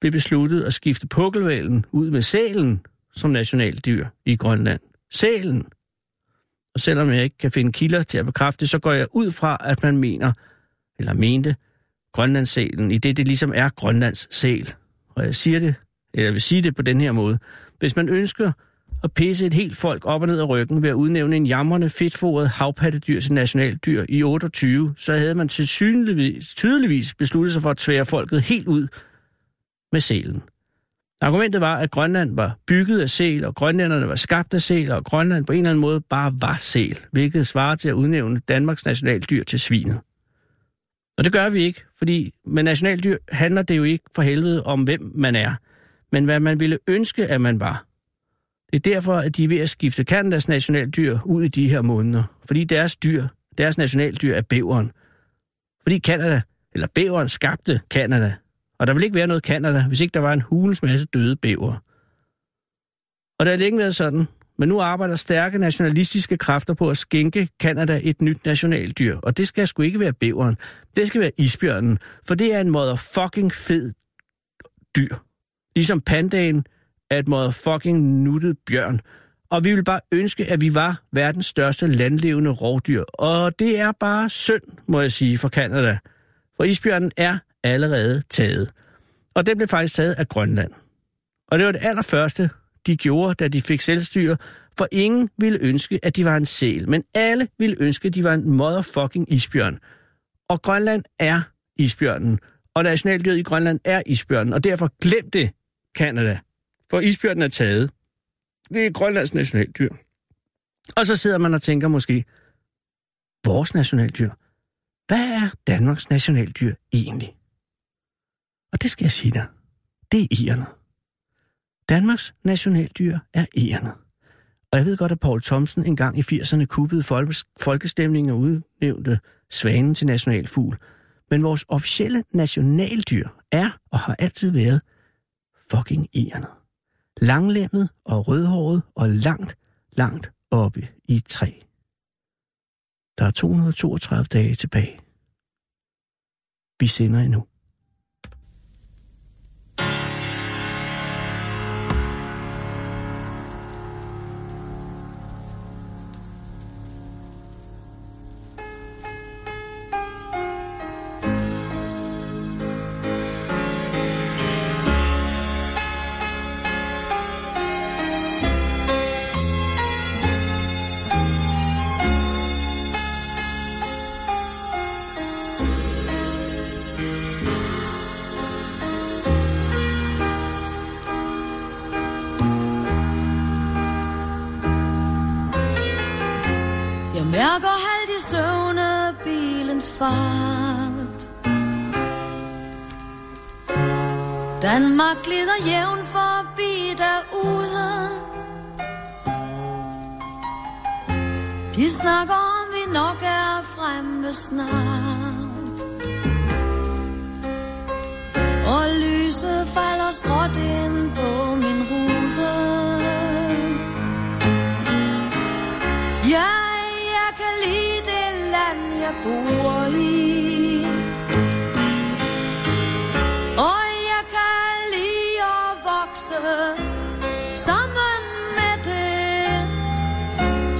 Speaker 4: blev besluttet at skifte pukkelvalen ud med sælen som nationaldyr i Grønland. Sælen. Og selvom jeg ikke kan finde kilder til at bekræfte, det, så går jeg ud fra, at man mener, eller mente, Grønlandssælen, i det det ligesom er Grønlands sæl. Og jeg siger det, eller jeg vil sige det på den her måde. Hvis man ønsker at pisse et helt folk op og ned af ryggen ved at udnævne en jamrende, fedtforet havpattedyr til nationaldyr i 28, så havde man til tydeligvis besluttet sig for at tvære folket helt ud med sælen. Argumentet var, at Grønland var bygget af sæl, og grønlænderne var skabt af sæl, og Grønland på en eller anden måde bare var sæl, hvilket svarer til at udnævne Danmarks nationaldyr til svinet. Og det gør vi ikke, fordi med nationaldyr handler det jo ikke for helvede om, hvem man er, men hvad man ville ønske, at man var. Det er derfor, at de er ved at skifte Kanadas nationaldyr ud i de her måneder, fordi deres dyr, deres nationaldyr er bæveren. Fordi Kanada, eller bæveren skabte Kanada, og der ville ikke være noget Kanada, hvis ikke der var en hulens masse døde bæver. Og det har længe været sådan, men nu arbejder stærke nationalistiske kræfter på at skænke Kanada et nyt nationaldyr. Og det skal sgu ikke være bæveren. Det skal være isbjørnen, for det er en motherfucking fed dyr. Ligesom pandaen er et motherfucking nuttet bjørn. Og vi vil bare ønske, at vi var verdens største landlevende rovdyr. Og det er bare synd, må jeg sige, for Kanada. For isbjørnen er allerede taget. Og den blev faktisk taget af Grønland. Og det var det allerførste, de gjorde, da de fik selvstyre, for ingen ville ønske, at de var en sæl, men alle ville ønske, at de var en motherfucking isbjørn. Og Grønland er isbjørnen, og nationaldyret i Grønland er isbjørnen, og derfor glem det, Kanada. For isbjørnen er taget. Det er Grønlands nationaldyr. Og så sidder man og tænker måske, vores nationaldyr, hvad er Danmarks nationaldyr egentlig? Og det skal jeg sige dig, det er irerne. Danmarks nationaldyr er egerne. Og jeg ved godt, at Paul Thomsen engang i 80'erne kuppede folke- folkestemningen og udnævnte svanen til nationalfugl. Men vores officielle nationaldyr er og har altid været fucking egerne. Langlemmet og rødhåret og langt, langt oppe i et træ. Der er 232 dage tilbage. Vi sender endnu.
Speaker 6: Jeg mærker halvt i søvn af bilens fart. Danmark glider jævn forbi derude. De snakker om, vi nok er fremme snart. Og lyset falder skråt ind på min rude. Ja, jeg kan lide det land, jeg bor i. Og jeg kan lide at vokse sammen med det,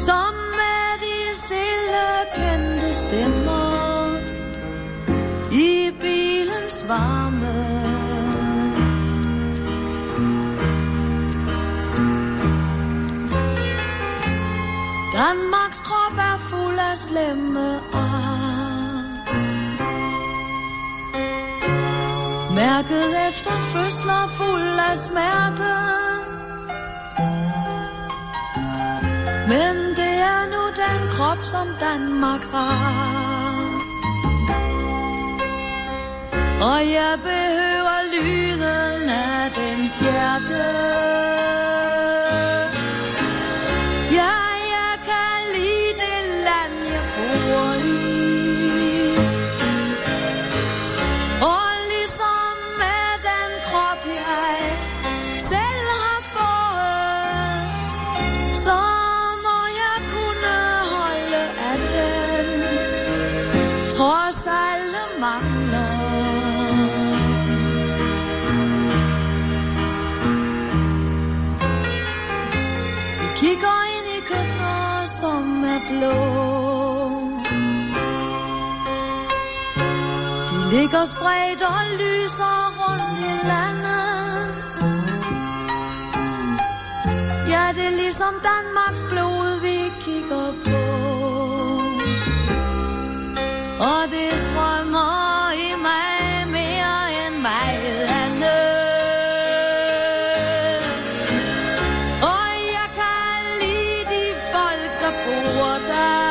Speaker 6: som er de stille kendte stemmer i bilens varme. Danmarks krop er fuld af slemme ar. Mærket efter fødsler fuld af smerte. Men det er nu den krop, som Danmark har. Og jeg behøver lyden af dens hjerte. Ja, jeg kan lide det land, jeg bor i. Og ligesom med den krop, jeg selv har fået, så blå. De ligger spredt og lyser rundt i landet. Ja, det er ligesom Danmarks blod, vi kigger på. Og det strømmer i mig mere end meget andet. Og jeg kan lide de folk, der bor der.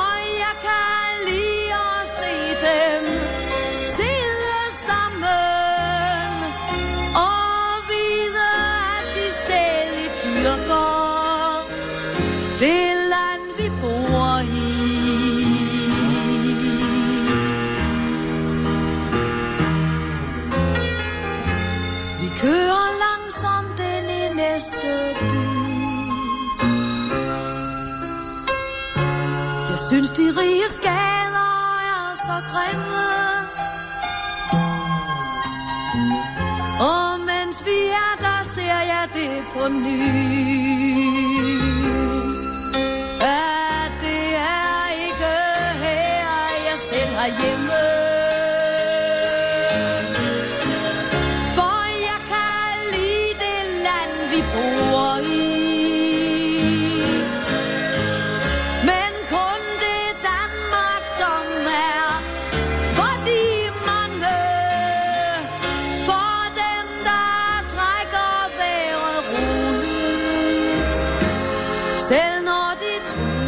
Speaker 6: Og jeg kan lide at se dem sidde sammen. Og vide, at de stadig dyrker det land, vi bor i. Vi kører langsomt ind i næste by. Jeg synes, de rige skader er så grimme. Og mens vi er der, ser jeg det på ny. At det er ikke her, jeg selv har hjemme. For jeg kan lide det land, vi bor i. Men kun det Danmark, som er for de mange. For dem, der trækker vejret roligt. Selv når de trues.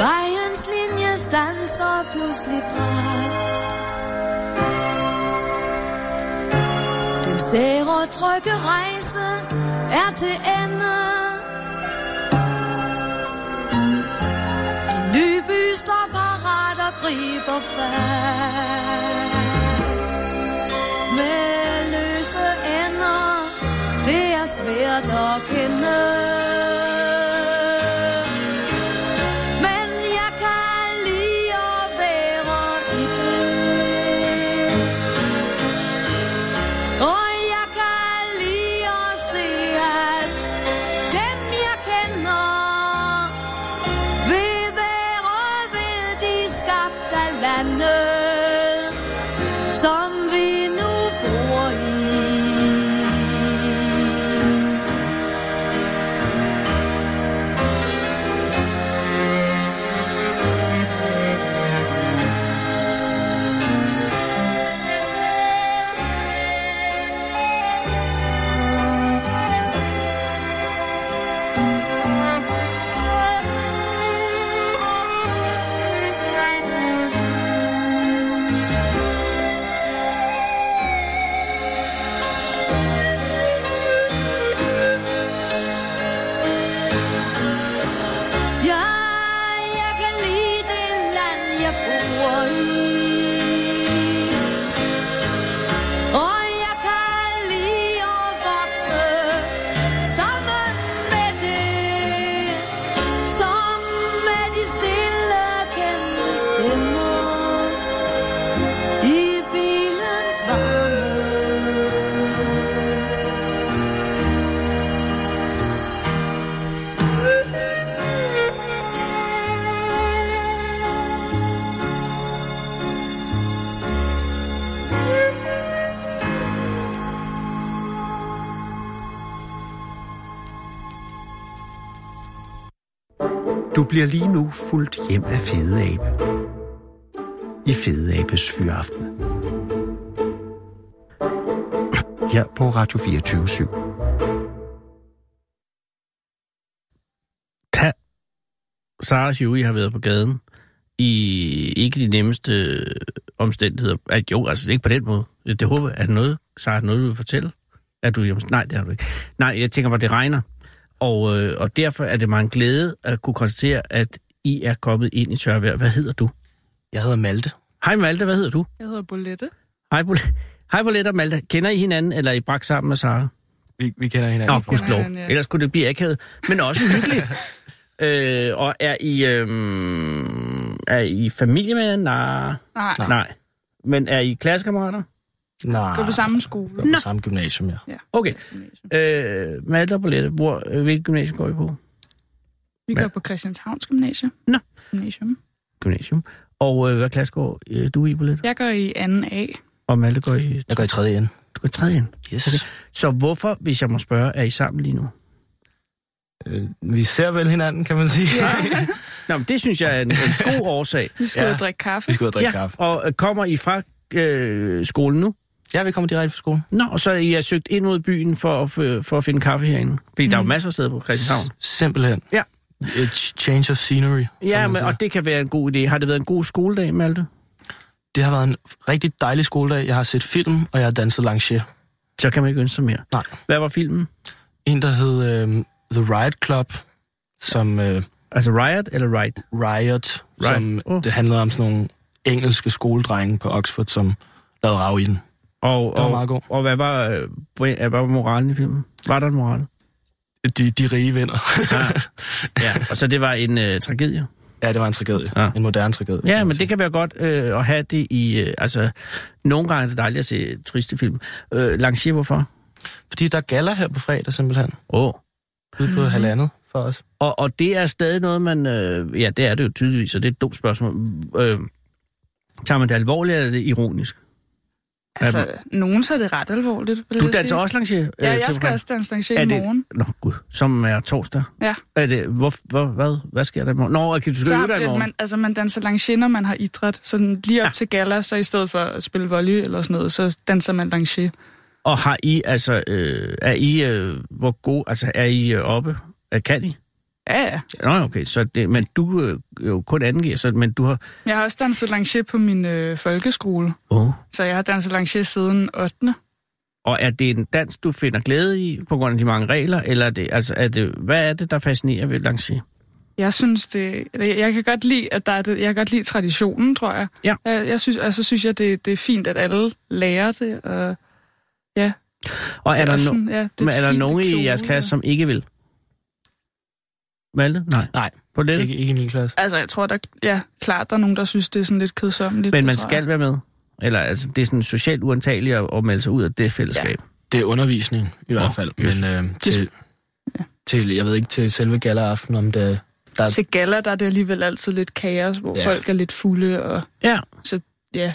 Speaker 6: Vejens linje stanser pludselig bræt. Den sære og trygge rejse er til ende. En ny by står parat og griber fat. Med løse ender, det er svært at kende. Men jeg kan lide at være i det. Og jeg kan lide at se, at dem jeg kender vil være ved de skabte lande, som vi nu bor i. Ja, jeg kan lide det land, jeg bor i. Og jeg kan lide at vokse sammen med det, som med de stille kendte stemmer i bilens varme.
Speaker 2: Du bliver lige nu fuldt hjem af Fede Abe. I Fede Abes Fyraften. Her på Radio 24 /7.
Speaker 4: Tag. Sara og Huey har været på gaden i ikke de nemmeste øh, omstændigheder. At jo, altså ikke på den måde. Det håber jeg. Er det noget, Sara, er det noget, du vil fortælle? Er du hjemme? Nej, det har du ikke. Nej, jeg tænker bare, det regner. Og, øh, og derfor er det mig en glæde at kunne konstatere, at I er kommet ind i tørvejr. Hvad hedder du?
Speaker 5: Jeg hedder Malte.
Speaker 4: Hej Malte, hvad hedder du?
Speaker 7: Jeg hedder Bolette.
Speaker 4: Hej, Bol- Hej Bolette og Malte. Kender I hinanden, eller er I brak sammen med Sara?
Speaker 5: Vi, vi kender hinanden.
Speaker 4: Nå,
Speaker 5: fra-
Speaker 4: gudskelov.
Speaker 7: hinanden, ja.
Speaker 4: Ellers kunne det blive akavet, men også hyggeligt. øh, øhm, og er I, øh, er I familie med hinanden? Nej.
Speaker 7: Nej.
Speaker 4: Nej. Men er I klassekammerater?
Speaker 7: Nej,
Speaker 8: Gå på samme skole.
Speaker 7: på samme gymnasium, ja.
Speaker 4: Okay. Øh, Malte og Bolette, hvor, øh, hvilket gymnasium går I på?
Speaker 8: Vi går på Christianshavns Gymnasium.
Speaker 4: Nå.
Speaker 8: Gymnasium.
Speaker 4: Gymnasium. Og øh, hvad klasse går øh, du i, Bolette?
Speaker 8: Jeg går i 2. A.
Speaker 4: Og Malte går i,
Speaker 7: Jeg går i tredje ende.
Speaker 4: du går i tredje ind.
Speaker 7: Yes.
Speaker 4: Så hvorfor, hvis jeg må spørge, er I sammen lige nu?
Speaker 7: Øh, vi ser vel hinanden, kan man sige. Ja.
Speaker 4: Nå, men det synes jeg er en, en god årsag.
Speaker 8: Vi skal ja. ud
Speaker 7: Ja.
Speaker 8: og drikke kaffe.
Speaker 7: vi skal ud og drikke ja. kaffe.
Speaker 4: og øh, kommer I fra øh, skolen nu?
Speaker 7: Ja, vi kommer direkte fra skolen.
Speaker 4: Nå, og så er I er søgt ind mod byen for at, f- for at finde kaffe herinde. Fordi mm. der er jo
Speaker 8: Mm.
Speaker 4: masser af steder på Christianshavn.
Speaker 7: Simpelthen.
Speaker 4: Ja.
Speaker 7: A ch- change of scenery. som
Speaker 4: Ja,
Speaker 7: man
Speaker 4: men,
Speaker 7: siger.
Speaker 4: og det kan være en god idé. Har det været en god skoledag, Malte?
Speaker 7: Det har været en rigtig dejlig skoledag. Jeg har set film, og jeg har danset lancier.
Speaker 4: Så kan man ikke ønske sig mere.
Speaker 7: Nej.
Speaker 4: Hvad var filmen?
Speaker 7: En, der hed øh, The Riot Club, som øh,
Speaker 4: Altså Riot eller Right?
Speaker 7: Riot, Uh.
Speaker 4: Riot.
Speaker 7: som
Speaker 4: Åh.
Speaker 7: det handlede om sådan nogle engelske skoledrenge på Oxford, som lavede rav i den.
Speaker 4: Og,
Speaker 7: Den var
Speaker 4: og,
Speaker 7: meget god.
Speaker 4: og hvad var, øh, Brian- hvad var moralen i filmen? Var der en moral?
Speaker 7: De, de rige vinder.
Speaker 4: Ja. og så det var en øh, tragedie?
Speaker 7: ja, det var en tragedie.
Speaker 4: Ja.
Speaker 7: Ja. En moderne tragedie. kan
Speaker 4: Ja,
Speaker 7: man
Speaker 4: men
Speaker 7: sige.
Speaker 4: det kan være godt øh, at have det i... Øh, altså, nogle gange er det dejligt at se triste film. Øh, Lancier, hvorfor?
Speaker 7: Fordi der er gala her på fredag simpelthen.
Speaker 4: Åh. Oh.
Speaker 7: Ude på mm. halvandet for os.
Speaker 4: Og, og det er stadig noget, man... Øh, ja, det er det jo tydeligvis, og det er et dumt spørgsmål. Øh, tager man det alvorligt, eller er det ironisk?
Speaker 8: Altså, nogen så er det ret alvorligt. vil
Speaker 4: Du
Speaker 8: jeg
Speaker 4: danser
Speaker 8: sige.
Speaker 4: også Lancier? Øh,
Speaker 8: Ja, jeg
Speaker 4: til
Speaker 8: skal
Speaker 4: program.
Speaker 8: også danse lancé
Speaker 4: Er
Speaker 8: i
Speaker 4: det-
Speaker 8: morgen.
Speaker 4: Nå, gud. Som er torsdag.
Speaker 8: Ja.
Speaker 4: Er det, hvor, hvor, hvad, hvad sker der i morgen? Nå, okay, du skal øve dig i
Speaker 8: at
Speaker 4: morgen.
Speaker 8: man, altså, man danser lancé, når man har idræt. Sådan lige op
Speaker 4: Ja.
Speaker 8: ja. til gala, så i stedet for at spille volley eller sådan noget, så danser man lancé.
Speaker 4: Og har I, altså, øh, er I, øh, hvor god, altså, er I øh, oppe? Øh, Kan I?
Speaker 8: Ja, ja.
Speaker 4: Nå, okay, så det, men du øh, jo kun angiver, så, men du har...
Speaker 8: Jeg har også danset lancé på min øh, folkeskole,
Speaker 4: Oh.
Speaker 8: så jeg har danset lancé siden 8.
Speaker 4: Og er det en dans, du finder glæde i, på grund af de mange regler, eller er det, altså, er det, hvad er det, der fascinerer ved Lanxi?
Speaker 8: Jeg synes det... eller Jeg jeg kan godt lide, at der er det, jeg kan godt lide traditionen, tror jeg. Øh,
Speaker 4: Ja.
Speaker 8: Jeg, jeg synes, og så synes jeg, det, det er fint, at alle lærer det, og
Speaker 4: Og er,
Speaker 8: det
Speaker 4: der,
Speaker 8: også
Speaker 4: no,
Speaker 8: sådan, ja, det
Speaker 4: men er der
Speaker 8: fint
Speaker 4: nogen i
Speaker 8: kjole,
Speaker 4: jeres klasse,
Speaker 8: og-
Speaker 4: som ikke vil? Malte? Nej.
Speaker 7: Nej,
Speaker 4: På det?
Speaker 7: ikke, ikke i min klasse.
Speaker 8: Altså, jeg tror, der, ja, klart, der er nogen, der synes, det er sådan lidt
Speaker 4: Men
Speaker 8: kedsommeligt. det
Speaker 4: man
Speaker 8: tror
Speaker 4: skal være med? Eller altså, det er sådan socialt uantageligt at, at melde sig ud af det fællesskab?
Speaker 7: Det er undervisning i hvert
Speaker 4: Åh,
Speaker 7: fald. Men
Speaker 4: Jesus.
Speaker 7: øh, til,
Speaker 8: Ja.
Speaker 7: til, jeg ved ikke, til selve gala-aften, om det der
Speaker 8: jeg.
Speaker 7: er
Speaker 8: Til gala, der er det alligevel altid lidt kaos, hvor
Speaker 7: Ja.
Speaker 8: ja. folk er lidt fulde, og
Speaker 4: Ja.
Speaker 8: ja,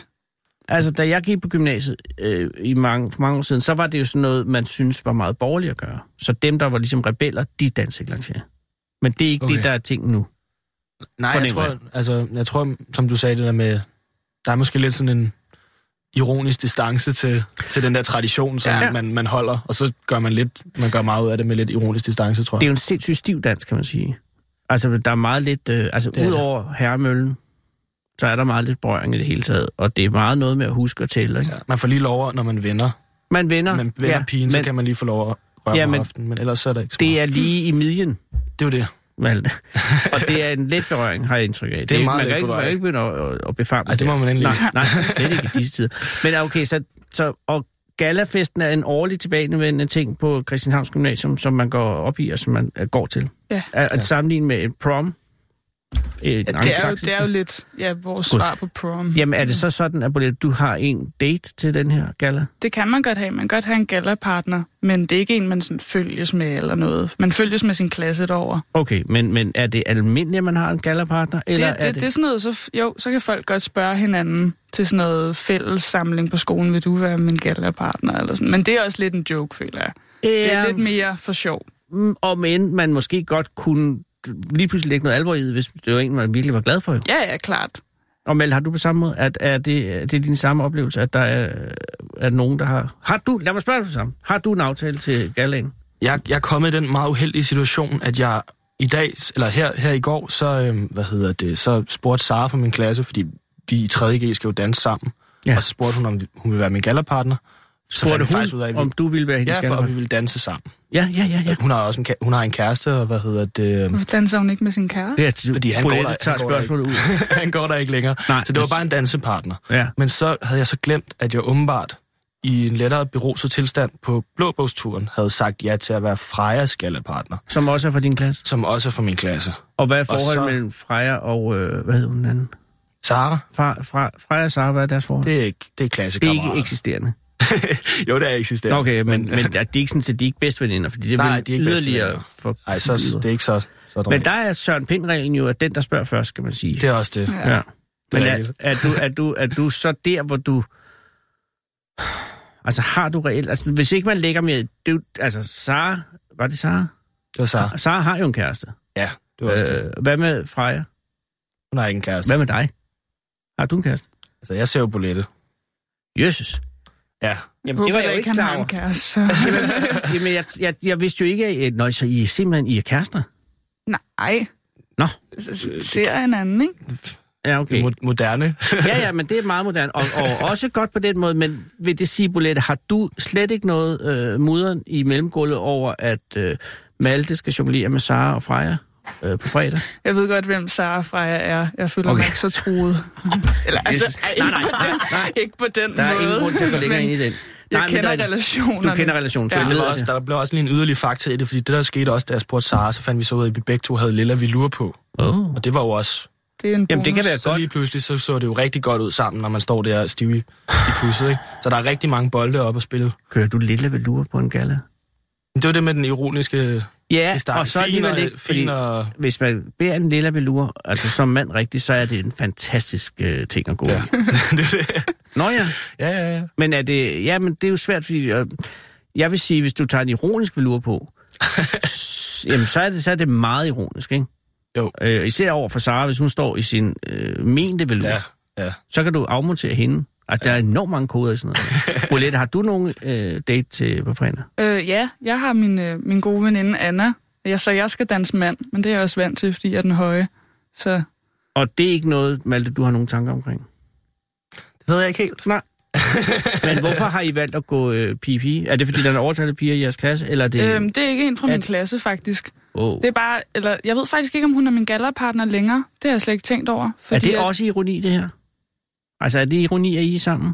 Speaker 4: Altså, da jeg gik på gymnasiet øh, i mange, for mange år siden, så var det jo sådan noget, man synes var meget borgerligt at gøre. Så dem, der var ligesom rebeller, de dansede ikke lancere. Men det er ikke okay. det,
Speaker 7: Okay.
Speaker 4: der er ting nu.
Speaker 7: Nej, jeg
Speaker 4: fornemmer
Speaker 7: tror, altså, jeg tror, som du sagde det der med, der er måske lidt sådan en ironisk distance til, til den der tradition, som
Speaker 4: Ja.
Speaker 7: ja. man, man holder, og så gør man lidt, man gør meget ud af det med lidt ironisk distance, tror
Speaker 4: Det er
Speaker 7: jeg.
Speaker 4: jo en sindssygt stiv dans, kan man sige. Altså, der er meget lidt... Øh, altså,
Speaker 7: Det er der.
Speaker 4: udover herremøllen, så er der meget lidt berøring i det hele taget. Og det er meget noget med at huske at tælle, ikke?
Speaker 7: Ja. Man får lige lov, at- når man vender,
Speaker 4: Man vender...
Speaker 7: når man vender ja, pigen, men, så
Speaker 4: men
Speaker 7: kan man lige få lov at røre
Speaker 4: Ja,
Speaker 7: ja, men,
Speaker 4: men-
Speaker 7: hoften, men ellers så er der ikke så
Speaker 4: Det
Speaker 7: meget.
Speaker 4: er lige i midjen,
Speaker 7: Det er jo det.
Speaker 4: Malte. og det er en let berøring, har jeg indtryk af. Det
Speaker 7: er
Speaker 4: ikke-
Speaker 7: meget
Speaker 4: man kan
Speaker 7: let
Speaker 4: ikke, Man kan
Speaker 7: berøring.
Speaker 4: ikke begynde at, at, at befarme
Speaker 7: Ej, det må man endelig
Speaker 4: Nej,
Speaker 7: ikke.
Speaker 4: nej, slet ikke i disse tider. Men okay, så, så og galafesten er en årlig tilbagevendende ting på Christianshavns Gymnasium, som man går op i, og som man øh, går til.
Speaker 8: Ja.
Speaker 4: At, at sammenligne med en prom. Et
Speaker 8: ja det, er jo, det er jo lidt ja, vores
Speaker 4: God.
Speaker 8: svar på prom.
Speaker 4: Jamen, er det så sådan, at Bolette, du har en date til den her gala?
Speaker 8: Det kan man godt have. Man kan godt have en gala-partner, men det er ikke en, man sådan følges med eller noget. Man følges med sin klasse derovre.
Speaker 4: Okay, men, men er det almindeligt, at man har en gala-partner? Eller
Speaker 8: det,
Speaker 4: er
Speaker 8: det, det, er sådan noget, så, jo, så kan folk godt spørge hinanden til sådan noget fælles samling på skolen, vil du være min gala-partner eller sådan. Men det er også lidt en joke, føler jeg. Det er lidt mere for sjov.
Speaker 4: Mm, Og men man måske godt kunne lige pludselig lægge noget alvor i, det, hvis det var en, man virkelig var glad for. Jo.
Speaker 8: Ja, ja, klart.
Speaker 4: Og Mel, har du på samme måde, at er det, er det din samme oplevelse, at der er, er nogen, der har... Har du, lad mig spørge dig for sammen, har du en aftale til galaen?
Speaker 7: Jeg, jeg er kommet i den meget uheldige situation, at jeg i dag, eller her, her i går, så, øhm, hvad hedder det, så spurgte Sara fra min klasse, fordi vi i 3.G skal jo danse sammen,
Speaker 4: Ja.
Speaker 7: ja. og så spurgte hun, om hun ville være min gallerpartner. Så fandt
Speaker 4: Spurgte
Speaker 7: vi
Speaker 4: hun,
Speaker 7: faktisk ud af, at vi,
Speaker 4: om du ville være hendes
Speaker 7: ja, for, at vi
Speaker 4: ja,
Speaker 7: ville danse sammen.
Speaker 4: ja, ja, ja, ja.
Speaker 7: Ja. Hun har også en, ka- hun har en kæreste, og hvad hedder det, øhm,
Speaker 8: Hvorfor danser hun ikke med sin kæreste?
Speaker 4: ja du,
Speaker 7: Fordi han går
Speaker 4: Bolette
Speaker 7: der-
Speaker 4: tager
Speaker 7: han går der
Speaker 4: spørgsmålet ud.
Speaker 7: han går der ikke længere.
Speaker 4: Nej,
Speaker 7: så det var
Speaker 4: men-
Speaker 7: bare en dansepartner.
Speaker 4: Ja.
Speaker 7: Men så havde jeg så glemt, at jeg åbenbart i en lettere beruset tilstand på Blåbogsturen havde sagt ja til at være Frejas gallerpartner,
Speaker 4: Som også er fra din klasse.
Speaker 7: som også er fra min klasse.
Speaker 4: Og hvad er forholdet
Speaker 7: så-
Speaker 4: mellem Freja og, øh, hvad hedder hun den anden?
Speaker 7: Sara,
Speaker 4: Fra, fra, Freja og Sara, hvad er deres forhold? Det,
Speaker 7: det er, ikke- det er
Speaker 4: det er ikke
Speaker 7: klassekammerater.
Speaker 4: eksisterende.
Speaker 7: jo, det er eksisterende.
Speaker 4: Nå, okay, men, men ja, de er ikke sådan, at de er ikke bedsteveninder, fordi det
Speaker 7: Nej,
Speaker 4: vil
Speaker 7: de er ikke
Speaker 4: yderligere
Speaker 7: bedsteveninder.
Speaker 4: for...
Speaker 7: Ej, så, det er ikke så, så
Speaker 4: Men
Speaker 7: drømt.
Speaker 4: der er Søren Pind-reglen jo, at den, der spørger først, skal man sige.
Speaker 7: Det er også det.
Speaker 8: Ja.
Speaker 4: ja. Men
Speaker 7: Det er
Speaker 4: er,
Speaker 7: rigtigt.
Speaker 4: er, du, er, du, er du så der, hvor du... Altså, har du reelt... Altså, hvis ikke man lægger mere... Det, er jo- altså, Sara... Var det Sara?
Speaker 7: Det var Sara.
Speaker 4: Sara har jo en kæreste.
Speaker 7: Ja, det var også det.
Speaker 4: Øh, hvad med Freja?
Speaker 7: Hun har ikke en kæreste.
Speaker 4: Hvad med dig? Har du en kæreste?
Speaker 7: Altså, jeg ser jo bolette.
Speaker 4: Jesus.
Speaker 7: Ja.
Speaker 4: Jamen,
Speaker 8: Håber
Speaker 4: det var jeg
Speaker 8: da
Speaker 4: jo ikke
Speaker 8: han
Speaker 4: klar
Speaker 8: har en
Speaker 4: over.
Speaker 8: kæreste.
Speaker 4: Jamen, jeg, jeg, jeg vidste jo ikke, at... Nå, så I er simpelthen I er kærester?
Speaker 8: Nej.
Speaker 4: Nå.
Speaker 8: S- s- Ser en anden, ikke?
Speaker 4: Ja,
Speaker 7: Det er
Speaker 4: okay.
Speaker 7: mo- moderne.
Speaker 4: Ja, ja, men det er meget moderne, og, og også godt på den måde, men ved det sige, Bolette, har du slet ikke noget øh, mudder i mellemgulvet over, at øh, Malte skal jonglere med Sara og Freja øh, på fredag?
Speaker 8: Jeg ved godt, hvem Sara Freja er. Jeg føler okay.
Speaker 4: Okay.
Speaker 8: mig ikke så truet. Eller altså, ej,
Speaker 4: Nej, nej,
Speaker 8: ikke på den,
Speaker 4: nej.
Speaker 8: ikke på den
Speaker 4: Der er
Speaker 8: måde.
Speaker 4: ingen grund til at gå længere
Speaker 8: men
Speaker 4: ind i den.
Speaker 8: Jeg
Speaker 4: men
Speaker 8: kender
Speaker 4: der er-
Speaker 8: relationerne.
Speaker 4: Du kender relationen, så
Speaker 8: Ja.
Speaker 4: ja.
Speaker 7: Det var
Speaker 4: ved
Speaker 7: også,
Speaker 4: det.
Speaker 7: der blev også lige en yderlig fakta i det, fordi det, der skete også, da jeg spurgte Sara, så fandt vi så ud af, at vi begge to havde lilla velour på.
Speaker 4: Oh.
Speaker 7: Og det var jo også...
Speaker 8: Det er en bonus.
Speaker 4: Jamen, det kan være
Speaker 7: Så
Speaker 4: godt.
Speaker 7: lige pludselig så, så det jo rigtig godt ud sammen, når man står der stiv i, i pudset, ikke? Så der er rigtig mange bolde op at spille.
Speaker 4: Kører du lille velure på en gala?
Speaker 7: Men det var det med den ironiske...
Speaker 4: Ja,
Speaker 7: det starter
Speaker 4: og så
Speaker 7: fin
Speaker 4: alligevel
Speaker 7: og-
Speaker 4: ikke, fordi
Speaker 7: fin og-
Speaker 4: hvis man bærer en lille velure, altså som mand rigtigt, så er det en fantastisk øh, ting at gå ja.
Speaker 7: Ja. det er det.
Speaker 4: Nå ja.
Speaker 7: Ja, ja, ja.
Speaker 4: Men er det, ja, men det er jo svært, fordi øh, jeg vil sige, hvis du tager en ironisk velur på, s- jamen, så, er det, så er det meget ironisk, ikke?
Speaker 7: Jo.
Speaker 4: Øh, især over for Sara, hvis hun står i sin øh, mente velur, ja.
Speaker 7: Ja, ja.
Speaker 4: så kan du afmontere hende. Og der er enormt mange koder i sådan noget. Bolette, har du nogen øh, date til på fredag?
Speaker 8: Øh, ja, jeg har min, øh, min gode veninde Anna. Jeg, så jeg skal danse mand, men det er jeg også vant til, fordi jeg er den høje. Så
Speaker 4: Og det er ikke noget, Malte, du har nogen tanker omkring?
Speaker 7: Det ved jeg ikke helt.
Speaker 4: Nej. Men hvorfor har I valgt at gå øh, pige-pige? Er det, fordi der er en overtal af piger i jeres klasse, eller Mm. er det...
Speaker 8: øhm, det er ikke en fra min
Speaker 4: at-
Speaker 8: klasse, faktisk.
Speaker 4: oh.
Speaker 8: Det er bare, eller jeg ved faktisk ikke, om hun er min gallerpartner længere. Det har jeg slet ikke tænkt over.
Speaker 4: er det
Speaker 8: at-
Speaker 4: også ironi, det her? Altså, er det ironi, at I er sammen?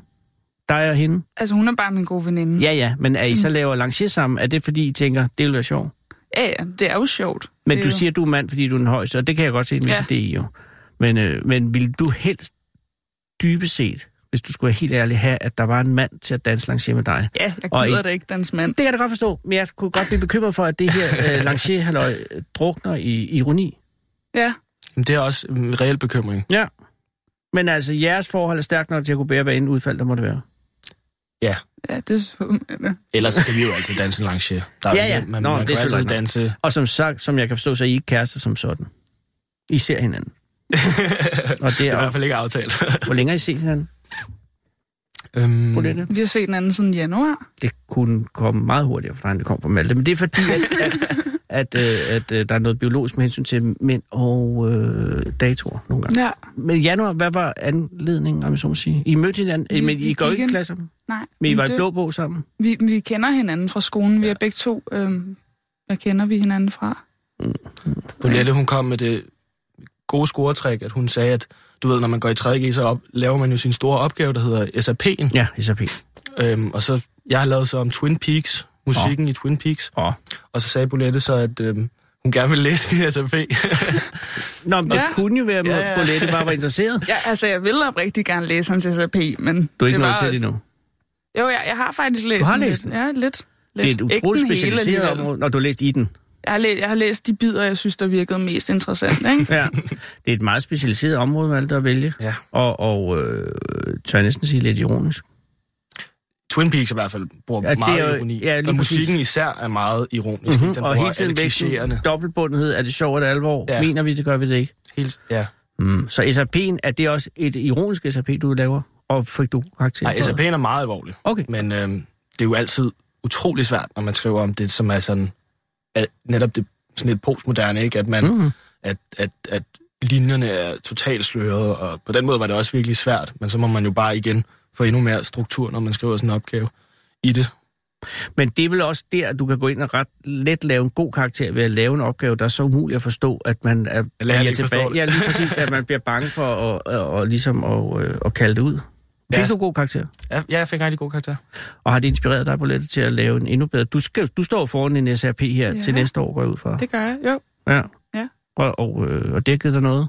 Speaker 4: Dig og hende? Mm.
Speaker 8: Altså, hun er bare min gode veninde.
Speaker 4: Ja, ja, men er I så laver lancier sammen? Er det, fordi I tænker, det vil være sjovt?
Speaker 8: ja, ja det er jo sjovt.
Speaker 4: Men
Speaker 8: det
Speaker 4: du
Speaker 8: er jo-
Speaker 4: siger, du er mand, fordi du er den højeste, og det kan jeg godt se en vis
Speaker 8: Ja.
Speaker 4: idé i jo. Men, øh, men ville du helst dybest set, hvis du skulle være helt ærlig, have, at der var en mand til at danse lancier med dig?
Speaker 8: Ja, jeg
Speaker 4: Og I-
Speaker 8: gider da ikke danse mand.
Speaker 4: Det kan jeg da godt forstå, men jeg kunne godt blive bekymret for, at det her øh, lancier-halløj øh, drukner i ironi.
Speaker 8: Ja,
Speaker 7: Men det er også en reel bekymring.
Speaker 4: Ja. Men altså, jeres forhold er stærkt nok til at kunne bære, hvad end udfald der måtte være.
Speaker 8: ja det er så-
Speaker 7: Ellers kan vi jo altid danse en lancier. Der er-
Speaker 4: Ja, ja.
Speaker 7: Man,
Speaker 4: Nå, det er
Speaker 7: man kan jo altid
Speaker 4: selvfølgelig
Speaker 7: danse...
Speaker 4: Og som sagt, som jeg kan forstå, så er I ikke kærester som sådan. I ser hinanden. og det
Speaker 7: Det er i
Speaker 4: er,
Speaker 7: hvert fald ikke aftalt.
Speaker 4: hvor længe har I set hinanden?
Speaker 7: øhm,
Speaker 4: Mm.
Speaker 8: Vi har set den anden siden januar.
Speaker 4: Det kunne komme meget hurtigere fra dig, end det kom fra Malte. Men det er fordi, at, at, at, øh, at øh, der er noget biologisk med hensyn til mænd og øh, datoer nogle gange.
Speaker 8: Ja.
Speaker 4: Men i januar, hvad var anledningen, om jeg så må sige? I mødte hinanden,
Speaker 8: Vi-
Speaker 4: I, men
Speaker 8: vi
Speaker 4: I går ikke i
Speaker 8: gik
Speaker 4: klasse sammen?
Speaker 8: Nej.
Speaker 4: Men I var i
Speaker 8: det-
Speaker 4: blå bog sammen?
Speaker 8: Vi, vi kender hinanden fra skolen. Vi er begge to... Øhm, hvad kender vi hinanden fra?
Speaker 7: Bolette, hun kom med det gode scoretræk, at hun sagde, at du ved, når man går i 3.G, så op, laver man jo sin store opgave, der hedder SAP'en.
Speaker 4: Ja, SAP.
Speaker 7: Øhm, og så, jeg har lavet så om Twin Peaks, musikken oh. i Twin Peaks.
Speaker 4: Åh.
Speaker 7: Og så sagde Bolette så, at øhm, hun gerne ville læse min SAP.
Speaker 4: Nå, men det
Speaker 8: Ja.
Speaker 4: kunne jo være, at
Speaker 7: Ja, ja.
Speaker 4: Bolette bare var interesseret.
Speaker 8: Ja, altså, jeg ville rigtig gerne læse hans SAP, men...
Speaker 4: Du er ikke nået
Speaker 8: det var
Speaker 4: til det
Speaker 8: også-
Speaker 4: endnu.
Speaker 8: Jo, jeg, jeg har faktisk læst
Speaker 4: Du har
Speaker 8: den
Speaker 4: læst
Speaker 8: lidt.
Speaker 4: den?
Speaker 8: Ja, lidt.
Speaker 4: Det er et
Speaker 8: Lidt. Ikke
Speaker 4: utroligt
Speaker 8: den hele
Speaker 4: specialiseret
Speaker 8: alligevel.
Speaker 4: område, når du har læst i den.
Speaker 8: Jeg har, læ- jeg har læst de bidder, jeg synes, der virkede mest interessant, ikke?
Speaker 4: Ja. Det er et meget specialiseret område, man valgte at vælge.
Speaker 7: ja.
Speaker 4: Og, og øh, tør jeg næsten sige lidt ironisk.
Speaker 7: Twin Peaks i hvert fald bruger
Speaker 4: Ja, det
Speaker 7: ja,
Speaker 4: er
Speaker 7: meget
Speaker 4: jo-
Speaker 7: ironi.
Speaker 4: ja, lige
Speaker 7: og
Speaker 4: præcis.
Speaker 7: musikken især er meget ironisk. ikke? Den
Speaker 4: Mm-hmm. Og
Speaker 7: bruger
Speaker 4: hele tiden
Speaker 7: alle klichéerne.
Speaker 4: væk dobbeltbundenhed. Er det sjovt, er det alvor? Ja.
Speaker 7: Ja.
Speaker 4: Mener vi det, gør vi det ikke?
Speaker 7: Helt, ja.
Speaker 4: Mm. Så SAP'en, er det også et ironisk SAP, du laver? Og fik du karakter
Speaker 7: Nej,
Speaker 4: for det?
Speaker 7: SAP'en er meget alvorlig.
Speaker 4: Okay.
Speaker 7: Men øhm, det er jo altid utrolig svært, når man skriver om det, som er sådan, at netop det sådan lidt postmoderne, ikke? At, man,
Speaker 4: Mhm.
Speaker 7: mm. at, at, at linjerne er totalt sløret, og på den måde var det også virkelig svært, men så må man jo bare igen få endnu mere struktur, når man skriver sådan en opgave i det.
Speaker 4: Men det er vel også der, at du kan gå ind og ret let lave en god karakter ved at lave en opgave, der er så umulig at forstå, at man er,
Speaker 7: læreren
Speaker 4: bliver
Speaker 7: ikke forstår det.
Speaker 4: Ja, lige præcis, at man bliver bange for at, at, at, ligesom at, øh, at kalde det ud. Fik
Speaker 7: Ja.
Speaker 4: du god karakter?
Speaker 7: Ja, jeg fik en rigtig god karakter.
Speaker 4: Og har det inspireret dig, Bolette, til at lave en endnu bedre? Du, skal, du står foran en SRP her ja.
Speaker 8: Ja.
Speaker 4: til næste år, går jeg ud fra.
Speaker 8: Det gør jeg, jo.
Speaker 4: Ja.
Speaker 8: Ja.
Speaker 4: Og, og, øh, og det har givet dig noget.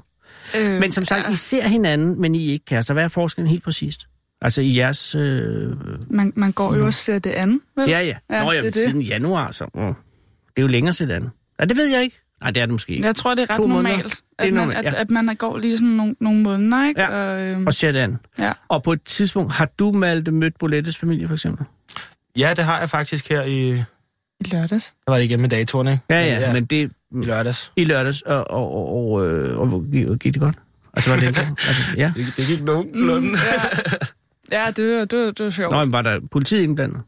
Speaker 8: Øh,
Speaker 4: Men som sagt,
Speaker 8: ja.
Speaker 4: I ser hinanden, men I er ikke kærester. Hvad er forskellen helt præcist? Altså i jeres... Øh...
Speaker 8: Man, man går jo også ser det andet, vel?
Speaker 4: Mm. Ja, ja. Nå,
Speaker 8: det
Speaker 4: ja, men
Speaker 8: er det.
Speaker 4: siden januar, så... Mm. Det er jo længere siden. Ja, det ved jeg ikke. Nej, det er det måske ikke.
Speaker 8: Jeg tror, det er ret
Speaker 4: To måneder.
Speaker 8: normalt,
Speaker 4: Det er
Speaker 8: at man,
Speaker 4: normalt,
Speaker 8: at,
Speaker 4: ja.
Speaker 8: at man går lige sådan nogle, nogle måneder, ikke?
Speaker 4: Ja.
Speaker 8: Og, øhm,
Speaker 4: Og ser det andet.
Speaker 8: ja.
Speaker 4: Og på et tidspunkt, har du Malte mødt Bolettes familie, for eksempel?
Speaker 7: Ja, det har jeg faktisk her i...
Speaker 8: I lørdags.
Speaker 7: Der var det igen med datoren, ikke?
Speaker 4: Ja, ja, ja. men det
Speaker 7: I lørdags.
Speaker 4: i lørdags, og, og, og, og, øh, og, og gik, gik det godt? Altså, var det altså, ja.
Speaker 7: Det, det gik nogenlunde. Mm.
Speaker 8: Ja, ja det, var, det, var, det var sjovt.
Speaker 4: Nå, men var der politiet indblandet?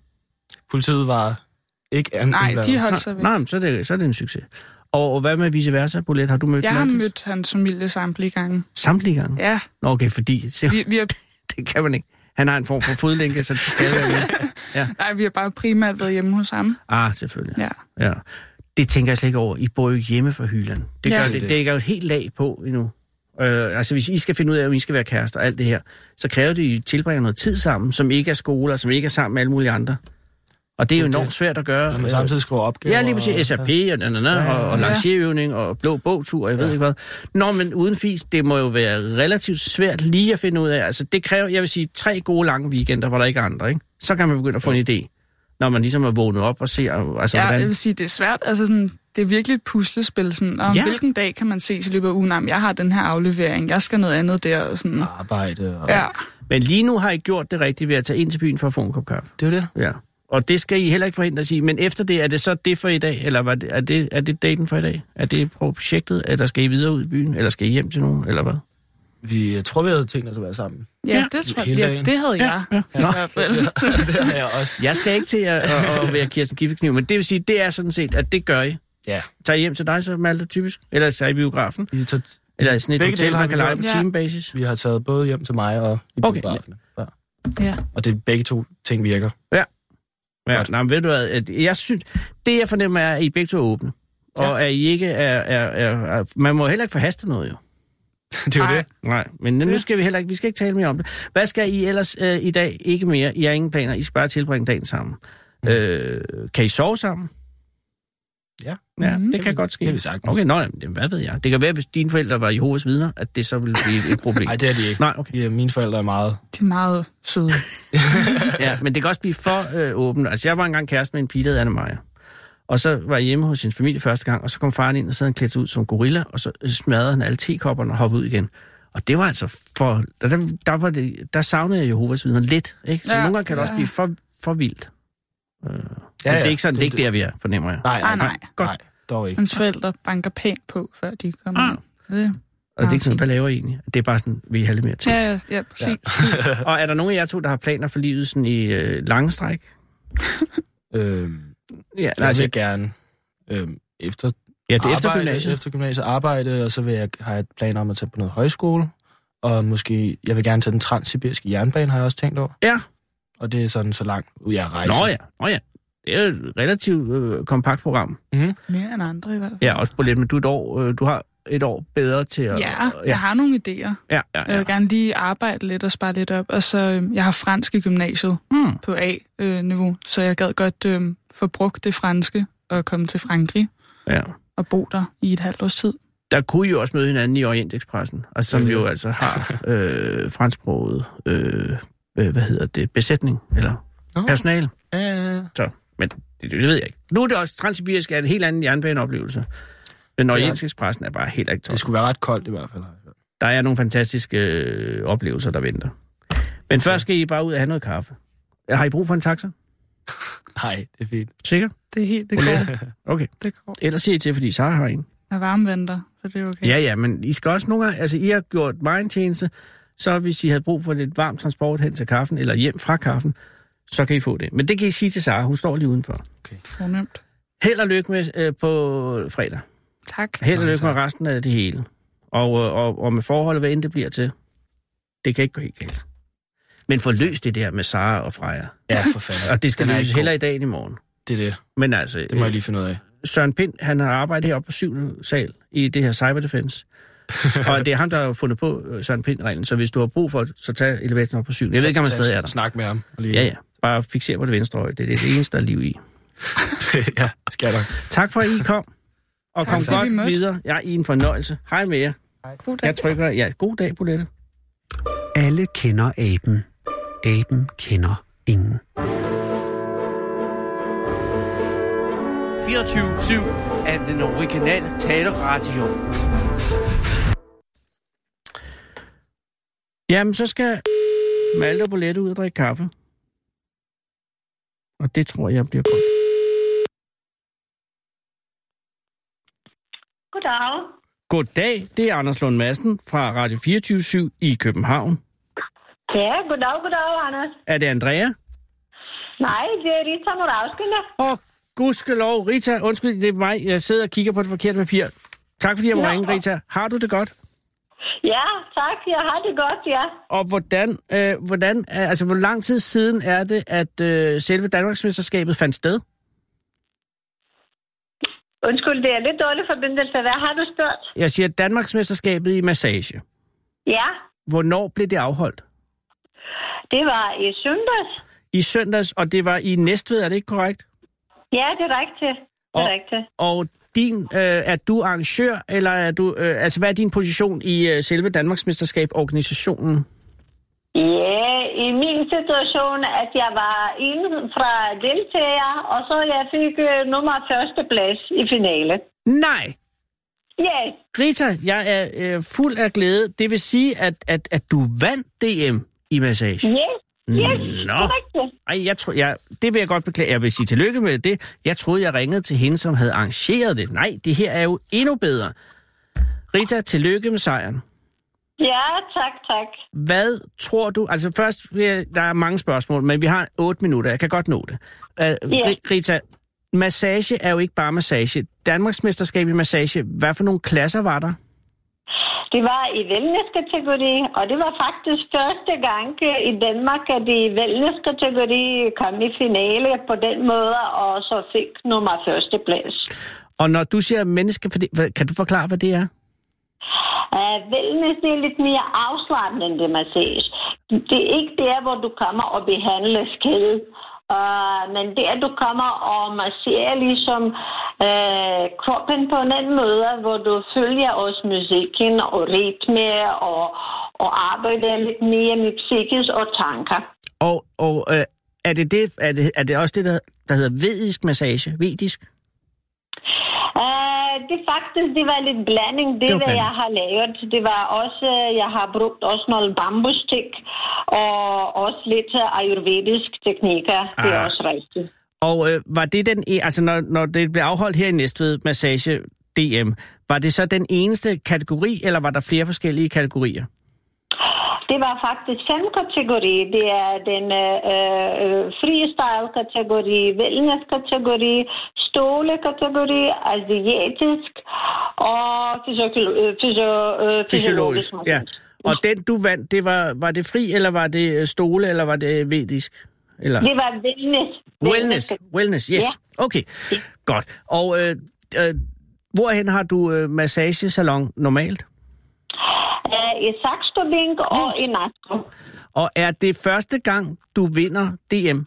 Speaker 7: Politiet var ikke an
Speaker 8: Nej, de holdt sig væk.
Speaker 4: Nej, men så er det, så er det en succes. Og, og hvad med vice versa, Bolette? Har du mødt
Speaker 8: Jeg har
Speaker 4: Malte?
Speaker 8: mødt hans familie samtlige gange.
Speaker 4: Samtlige gange?
Speaker 8: Ja,
Speaker 4: Nå, okay, fordi se,
Speaker 8: vi, vi, har,
Speaker 4: det kan man ikke. Han har en form for fodlænke, så det skal være med.
Speaker 8: nej, vi har bare primært været hjemme hos ham.
Speaker 4: Ah, selvfølgelig.
Speaker 8: Ja.
Speaker 4: Ja. Det tænker jeg slet ikke over. I bor jo hjemme for hylen. Det,
Speaker 8: Ja.
Speaker 4: gør,
Speaker 8: Det er
Speaker 4: det,
Speaker 7: det.
Speaker 4: det gør jo et helt lag på endnu. Øh, altså, hvis I skal finde ud af, om I skal være kærester og alt det her, så kræver det, at I tilbringer noget tid sammen, som ikke er skole, og som ikke er sammen med alle mulige andre. Og det er jo
Speaker 7: Det er
Speaker 4: enormt
Speaker 7: det.
Speaker 4: svært at gøre.
Speaker 7: Når man
Speaker 4: øh,
Speaker 7: samtidig skriver opgaver.
Speaker 4: Ja, lige præcis.
Speaker 7: og-
Speaker 4: SRP og, na, na, na, og, og
Speaker 8: ja.
Speaker 4: lancerøvning og blå bogtur, og jeg ved ikke hvad. Nå, men uden fis, det må jo være relativt svært lige at finde ud af. Altså, det kræver, jeg vil sige, tre gode lange weekender, hvor der ikke er andre, ikke? Så kan man begynde at få en idé, når man ligesom er vågnet op og ser, altså,
Speaker 8: Ja,
Speaker 4: hvordan...
Speaker 8: jeg vil sige, det er svært. Altså sådan, det er virkelig et puslespil. Sådan, og
Speaker 4: Ja.
Speaker 8: ja. hvilken dag kan man ses i løbet af ugen? Jamen, jeg har den her aflevering, jeg skal noget andet der. Og sådan.
Speaker 7: Arbejde og...
Speaker 8: Ja.
Speaker 4: Men lige nu har I gjort det rigtige ved at tage ind til byen for at få en kop kaffe.
Speaker 7: Det er jo det.
Speaker 4: Ja. Og det skal I heller ikke forhindre sig i. Men efter det, er det så det for i dag? Eller var det, er, det, er det daten for i dag? Er det projektet? Eller skal I videre ud i byen? Eller skal I hjem til nogen? Eller hvad?
Speaker 7: Vi jeg tror, vi havde tænkt os at være sammen.
Speaker 8: ja, det tror jeg.
Speaker 7: Hele
Speaker 8: Ja,
Speaker 7: dagen.
Speaker 8: det havde jeg. Ja.
Speaker 4: Nå.
Speaker 8: I hvert fald.
Speaker 7: det har jeg også.
Speaker 4: Jeg skal ikke til at, at, at være Kirsten Giffekniv, men det vil sige, det er sådan set, at det gør I.
Speaker 7: Ja.
Speaker 4: Tager I hjem til dig så, Malte, typisk? Eller tager I i biografen?
Speaker 7: Vi, tager,
Speaker 4: Eller i sådan et
Speaker 7: Begge
Speaker 4: hotel,
Speaker 7: dele har
Speaker 4: man
Speaker 7: vi
Speaker 4: kan lege
Speaker 7: gjort.
Speaker 4: på
Speaker 8: Ja.
Speaker 4: timebasis?
Speaker 7: vi har taget både hjem til mig og i
Speaker 4: Okay.
Speaker 7: okay. biografen. Ja.
Speaker 8: Ja.
Speaker 7: Og det er begge to ting virker.
Speaker 4: Ja,
Speaker 7: Godt.
Speaker 4: nej, men ved du hvad, at jeg synes, det jeg fornemmer er, at I begge to er åbne. Og at I ikke er, er, er, er... Man må heller ikke forhaste noget, jo.
Speaker 7: det er jo det.
Speaker 4: Nej, men nu
Speaker 8: Det-
Speaker 4: skal vi heller ikke, vi skal ikke tale mere om det. Hvad skal I ellers øh, i dag? Ikke mere. I har ingen planer. I skal bare tilbringe dagen sammen. Mm. Øh, kan I sove sammen?
Speaker 7: Ja.
Speaker 4: Ja,
Speaker 8: Mhm.
Speaker 4: mm. det kan godt ske.
Speaker 7: Det er vi sagtens.
Speaker 4: Okay, nå, jamen, hvad ved jeg? Det kan være, hvis dine forældre var Jehovas vidner, at det så ville blive et problem.
Speaker 7: Nej, det er de ikke.
Speaker 4: Nej, okay.
Speaker 7: Ja, mine forældre er meget...
Speaker 8: De er meget søde.
Speaker 4: Ja, men det kan også blive for øh, åbent. Altså, jeg var engang kæreste med en pige, der hed Anna-Maja. Og så var jeg hjemme hos sin familie første gang, og så kom faren ind, og så havde han klædt sig ud som gorilla, og så smadrede han alle tekopperne og hoppede ud igen. Og det var altså for... Der, der, der, var det, der savnede jeg Jehovas vidner lidt, ikke? Så ja,
Speaker 8: Ja,
Speaker 4: nogle gange kan det
Speaker 8: ja.
Speaker 4: også blive for, for vildt. Ja, men det er ikke sådan, det, det er ikke der, vi er, fornemmer jeg.
Speaker 7: Nej,
Speaker 8: Ah,
Speaker 7: nej, nej.
Speaker 8: nej.
Speaker 4: Godt.
Speaker 7: nej dog ikke.
Speaker 8: Hans forældre banker pænt på, før de kommer
Speaker 4: Ah.
Speaker 8: ah. ind.
Speaker 4: Og det er ikke sådan,
Speaker 8: okay.
Speaker 4: hvad laver I egentlig? Det er bare sådan, vi have lidt mere til.
Speaker 8: Ja,
Speaker 4: Ja.
Speaker 8: ja, ja, præcis.
Speaker 4: Og er der nogen af jer to, der har planer for livet sådan i øh, lange stræk?
Speaker 7: Øhm,
Speaker 4: Ja,
Speaker 7: nej,
Speaker 4: nej,
Speaker 7: jeg
Speaker 4: altså,
Speaker 7: vil gerne øhm, efter,
Speaker 4: ja det er efter
Speaker 7: arbejde,
Speaker 4: gymnasiet.
Speaker 7: efter gymnasiet arbejde, og så vil jeg have et plan om at tage på noget højskole. Og måske, jeg vil gerne tage den transsibiriske jernbane, har jeg også tænkt over.
Speaker 4: Ja.
Speaker 7: Og det er sådan så langt ud, jeg rejser.
Speaker 4: Nå ja, nå ja. Det er et relativt øh, kompakt program.
Speaker 8: Mere end andre i hvert fald.
Speaker 4: Ja, også på lidt, men du, er et år, øh, du har et år bedre til at...
Speaker 8: Ja, Øh, jeg
Speaker 4: ja,
Speaker 8: har nogle idéer.
Speaker 4: ja. ja,
Speaker 8: Jeg
Speaker 4: ja.
Speaker 8: vil gerne lige arbejde lidt og spare lidt op. Og så, øhm, jeg har fransk i gymnasiet
Speaker 4: Hmm.
Speaker 8: på A-niveau, så jeg gad godt øhm, få brugt det franske og komme til Frankrig
Speaker 4: ja.
Speaker 8: og bo der i et halvt års tid.
Speaker 4: Der kunne I jo også møde hinanden i Orientekspressen, og som
Speaker 7: Det er
Speaker 4: jo
Speaker 7: det.
Speaker 4: altså har øh, fransksproget, øh, øh, hvad hedder det, besætning, eller
Speaker 7: Nå.
Speaker 4: personal.
Speaker 7: Ja.
Speaker 4: Det, det ved jeg ikke. Nu er det også, Transsibirisk er en helt anden jernbaneoplevelse. Den Orientekspressen er bare helt ikke top.
Speaker 7: Det skulle være ret koldt i hvert fald. har jeg hørt.
Speaker 4: Der er nogle fantastiske øh, oplevelser, der venter. Men først skal I bare ud og have noget kaffe. Har I brug for en taxa?
Speaker 7: Nej, det er fint.
Speaker 4: Sikker?
Speaker 8: Det er helt, det går.
Speaker 4: Okay.
Speaker 8: Det går.
Speaker 4: Ellers siger I til, fordi Sara har en.
Speaker 8: Der er varmventer, så det er okay.
Speaker 4: Ja, ja, men I skal også nogle gange... Altså, I har gjort mig en tjeneste, så hvis I havde brug for lidt varm transport hen til kaffen, eller hjem fra kaffen, så kan I få det. Men det kan I sige til Sara, hun står lige udenfor.
Speaker 8: Fornemt.
Speaker 4: Held og lykke med øh, på fredag.
Speaker 8: Tak.
Speaker 4: Held og
Speaker 7: Mange
Speaker 4: lykke med
Speaker 7: tak.
Speaker 4: resten af det hele. Og, øh, og, og med forholdet, hvad end det bliver til. Det kan ikke gå helt galt. Men få løst det der med Sara og Freja.
Speaker 7: Ja, for fanden.
Speaker 4: Og det skal
Speaker 7: Den er
Speaker 4: løses
Speaker 7: ikke god.
Speaker 4: heller i dag end i morgen.
Speaker 7: Det er det.
Speaker 4: Men altså,
Speaker 7: Det må jeg lige finde ud af.
Speaker 4: Søren Pind, han har arbejdet heroppe på 7. sal i det her cyberdefense. og det er ham, der har fundet på øh, Søren Pind-reglen, så hvis du har brug for det, så tag elevatoren op på 7. Jeg ved ikke, om han
Speaker 7: Tag-
Speaker 4: stadig er der.
Speaker 7: Snak med ham. Og lige...
Speaker 4: Ja, ja. Bare fixer på det venstre øje. Det er det eneste, der er liv i.
Speaker 7: ja, skal jeg nok.
Speaker 4: Tak for, at I kom. Og
Speaker 8: Tak,
Speaker 4: kom
Speaker 8: fordi vi
Speaker 4: godt
Speaker 8: mødte.
Speaker 4: videre. Jeg er i en fornøjelse. Hej med jer.
Speaker 8: God dag.
Speaker 4: Jeg trykker, ja, god dag, Bolette.
Speaker 2: Alle kender aben. Aben kender ingen.
Speaker 5: 24-7 af den originale taleradio.
Speaker 4: Jamen, så skal Malte og Bolette ud og drikke kaffe. Og det tror jeg bliver godt.
Speaker 9: Goddag.
Speaker 4: Goddag, det er Anders Lund Madsen fra Radio 24 i København.
Speaker 9: Ja, goddag, goddag, Anders.
Speaker 4: Er det Andrea?
Speaker 9: Nej, det er Rita Moravskina.
Speaker 4: Åh, oh, gudskelov, Rita, undskyld, det er mig. Jeg sidder og kigger på det forkerte papir. Tak fordi jeg må
Speaker 9: Nå.
Speaker 4: ringe, Rita. Har du det godt?
Speaker 9: Ja, tak. Jeg har det godt, ja.
Speaker 4: Og hvordan, øh, hvordan, er- altså hvor lang tid siden er det, at øh, selve Danmarksmesterskabet fandt sted?
Speaker 9: Undskyld, det er lidt dårlig forbindelse. Hvad har du spurgt?
Speaker 4: Jeg siger Danmarksmesterskabet i massage.
Speaker 9: Ja,
Speaker 4: Hvornår blev det afholdt?
Speaker 9: det var i søndags.
Speaker 4: I søndags, og det var i Næstved, er det ikke korrekt?
Speaker 9: Ja, det er rigtigt. Det er
Speaker 4: Og-
Speaker 9: rigtigt.
Speaker 4: Og din, øh, er du arrangør, eller er du, øh, altså hvad er din position i øh, selve Danmarksmesterskab organisationen?
Speaker 9: Ja, i min situation, at jeg var en fra deltager, og så jeg fik øh, nummer førsteplads i finale.
Speaker 4: Nej,
Speaker 9: Ja,
Speaker 4: Rita, jeg er øh, fuld af glæde. Det vil sige, at, at, at du vandt DM i massage.
Speaker 9: ja, yes,
Speaker 4: Nå.
Speaker 9: det er rigtigt.
Speaker 4: Ej, jeg tror, jeg, det vil jeg godt beklage. Jeg vil sige tillykke med det. Jeg troede, jeg ringede til hende, som havde arrangeret det. Nej, det her er jo endnu bedre. Rita, tillykke med sejren.
Speaker 9: Ja, tak, tak.
Speaker 4: Hvad tror du... Altså først, vil jeg- der er mange spørgsmål, men vi har 8 minutter. Jeg kan godt nå det. Uh, Ri- Rita, massage er jo ikke bare massage. Danmarksmesterskab i massage, hvad for nogle klasser var der?
Speaker 9: Det var i wellness-kategori, og det var faktisk første gang øh, i Danmark, at de i wellness-kategori kom i finale på den måde, og så fik nummer førsteplads.
Speaker 4: Og når du siger menneske, for det, hvad- kan du forklare, hvad det er?
Speaker 9: Uh, wellness det er lidt mere afslappende end det massage. Det er ikke der, hvor du kommer og behandler skede, uh, men der du kommer og masserer ligesom uh, kroppen på en anden måde, hvor du følger også musikken og rytme og, og arbejder lidt mere med psykisk og tanker.
Speaker 4: Og, og øh, er, det det, er, det, er det også det, der, der hedder vedisk massage? Vedisk?
Speaker 9: Uh, det faktisk, det var lidt blanding. Det,
Speaker 4: Det
Speaker 9: det
Speaker 4: var
Speaker 9: hvad
Speaker 4: blanding.
Speaker 9: jeg har lavet, det var også, øh, jeg har brugt også nogle bambustik og også lidt øh, ayurvedisk teknikker. Det er
Speaker 4: Ah.
Speaker 9: også rigtigt.
Speaker 4: Og øh, var det den, e- altså når, når det blev afholdt her i Næstved, massage DM, var det så den eneste kategori, eller var der flere forskellige kategorier?
Speaker 9: Det var faktisk fem kategorier. Det er den øh, øh, freestyle-kategori, wellness-kategori, ståle-kategori, asiatisk og fysiolo- øh, fysio- øh, fysiologisk.
Speaker 4: ja.
Speaker 9: massage.
Speaker 4: Og den du vandt, det var, var det fri, eller var det øh, stole, eller var det øh, vedisk? Eller?
Speaker 9: Det var wellness.
Speaker 4: Wellness, wellness, yes.
Speaker 9: Ja.
Speaker 4: Okay, godt. Og øh, øh, hvorhen har du øh, massagesalon normalt?
Speaker 9: Øh, I Saxtobing og i Nasko.
Speaker 4: Og er det første gang, du vinder DM?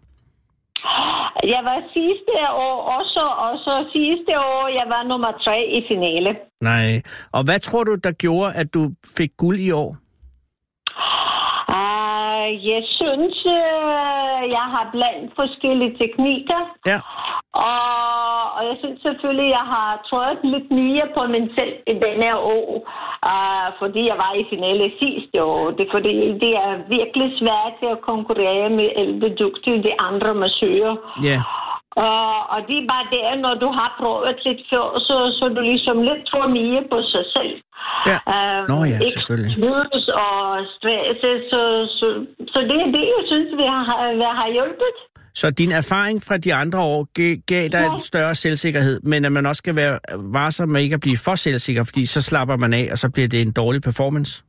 Speaker 9: Jeg var sidste år også, og så sidste år, jeg var nummer tre i finale.
Speaker 4: Nej. Og hvad tror du, der gjorde, at du fik guld i år?
Speaker 9: Uh, jeg synes, øh, jeg har blandt forskellige teknikker,
Speaker 4: Ja.
Speaker 9: og, og jeg synes selvfølgelig, jeg har trådt lidt mere på mig selv i denne år, uh, fordi jeg var i finale sidste år. Det, er fordi det er virkelig svært at konkurrere med alle de dygtige, de andre massører.
Speaker 4: Ja.
Speaker 9: Og, og det er bare der, når du har prøvet lidt før, så, så du ligesom lidt tror mere på sig selv.
Speaker 4: Ja.
Speaker 9: Øhm,
Speaker 4: Nå ja,
Speaker 9: ikke
Speaker 4: selvfølgelig.
Speaker 9: Tvivls og stress, så, så, så det er det, jeg synes, vi har, vi har hjulpet.
Speaker 4: Så din erfaring fra de andre år g- gav dig
Speaker 9: Ja.
Speaker 4: en større selvsikkerhed, men at man også skal være varsom med ikke at blive for selvsikker, fordi så slapper man af, og så bliver det en dårlig performance.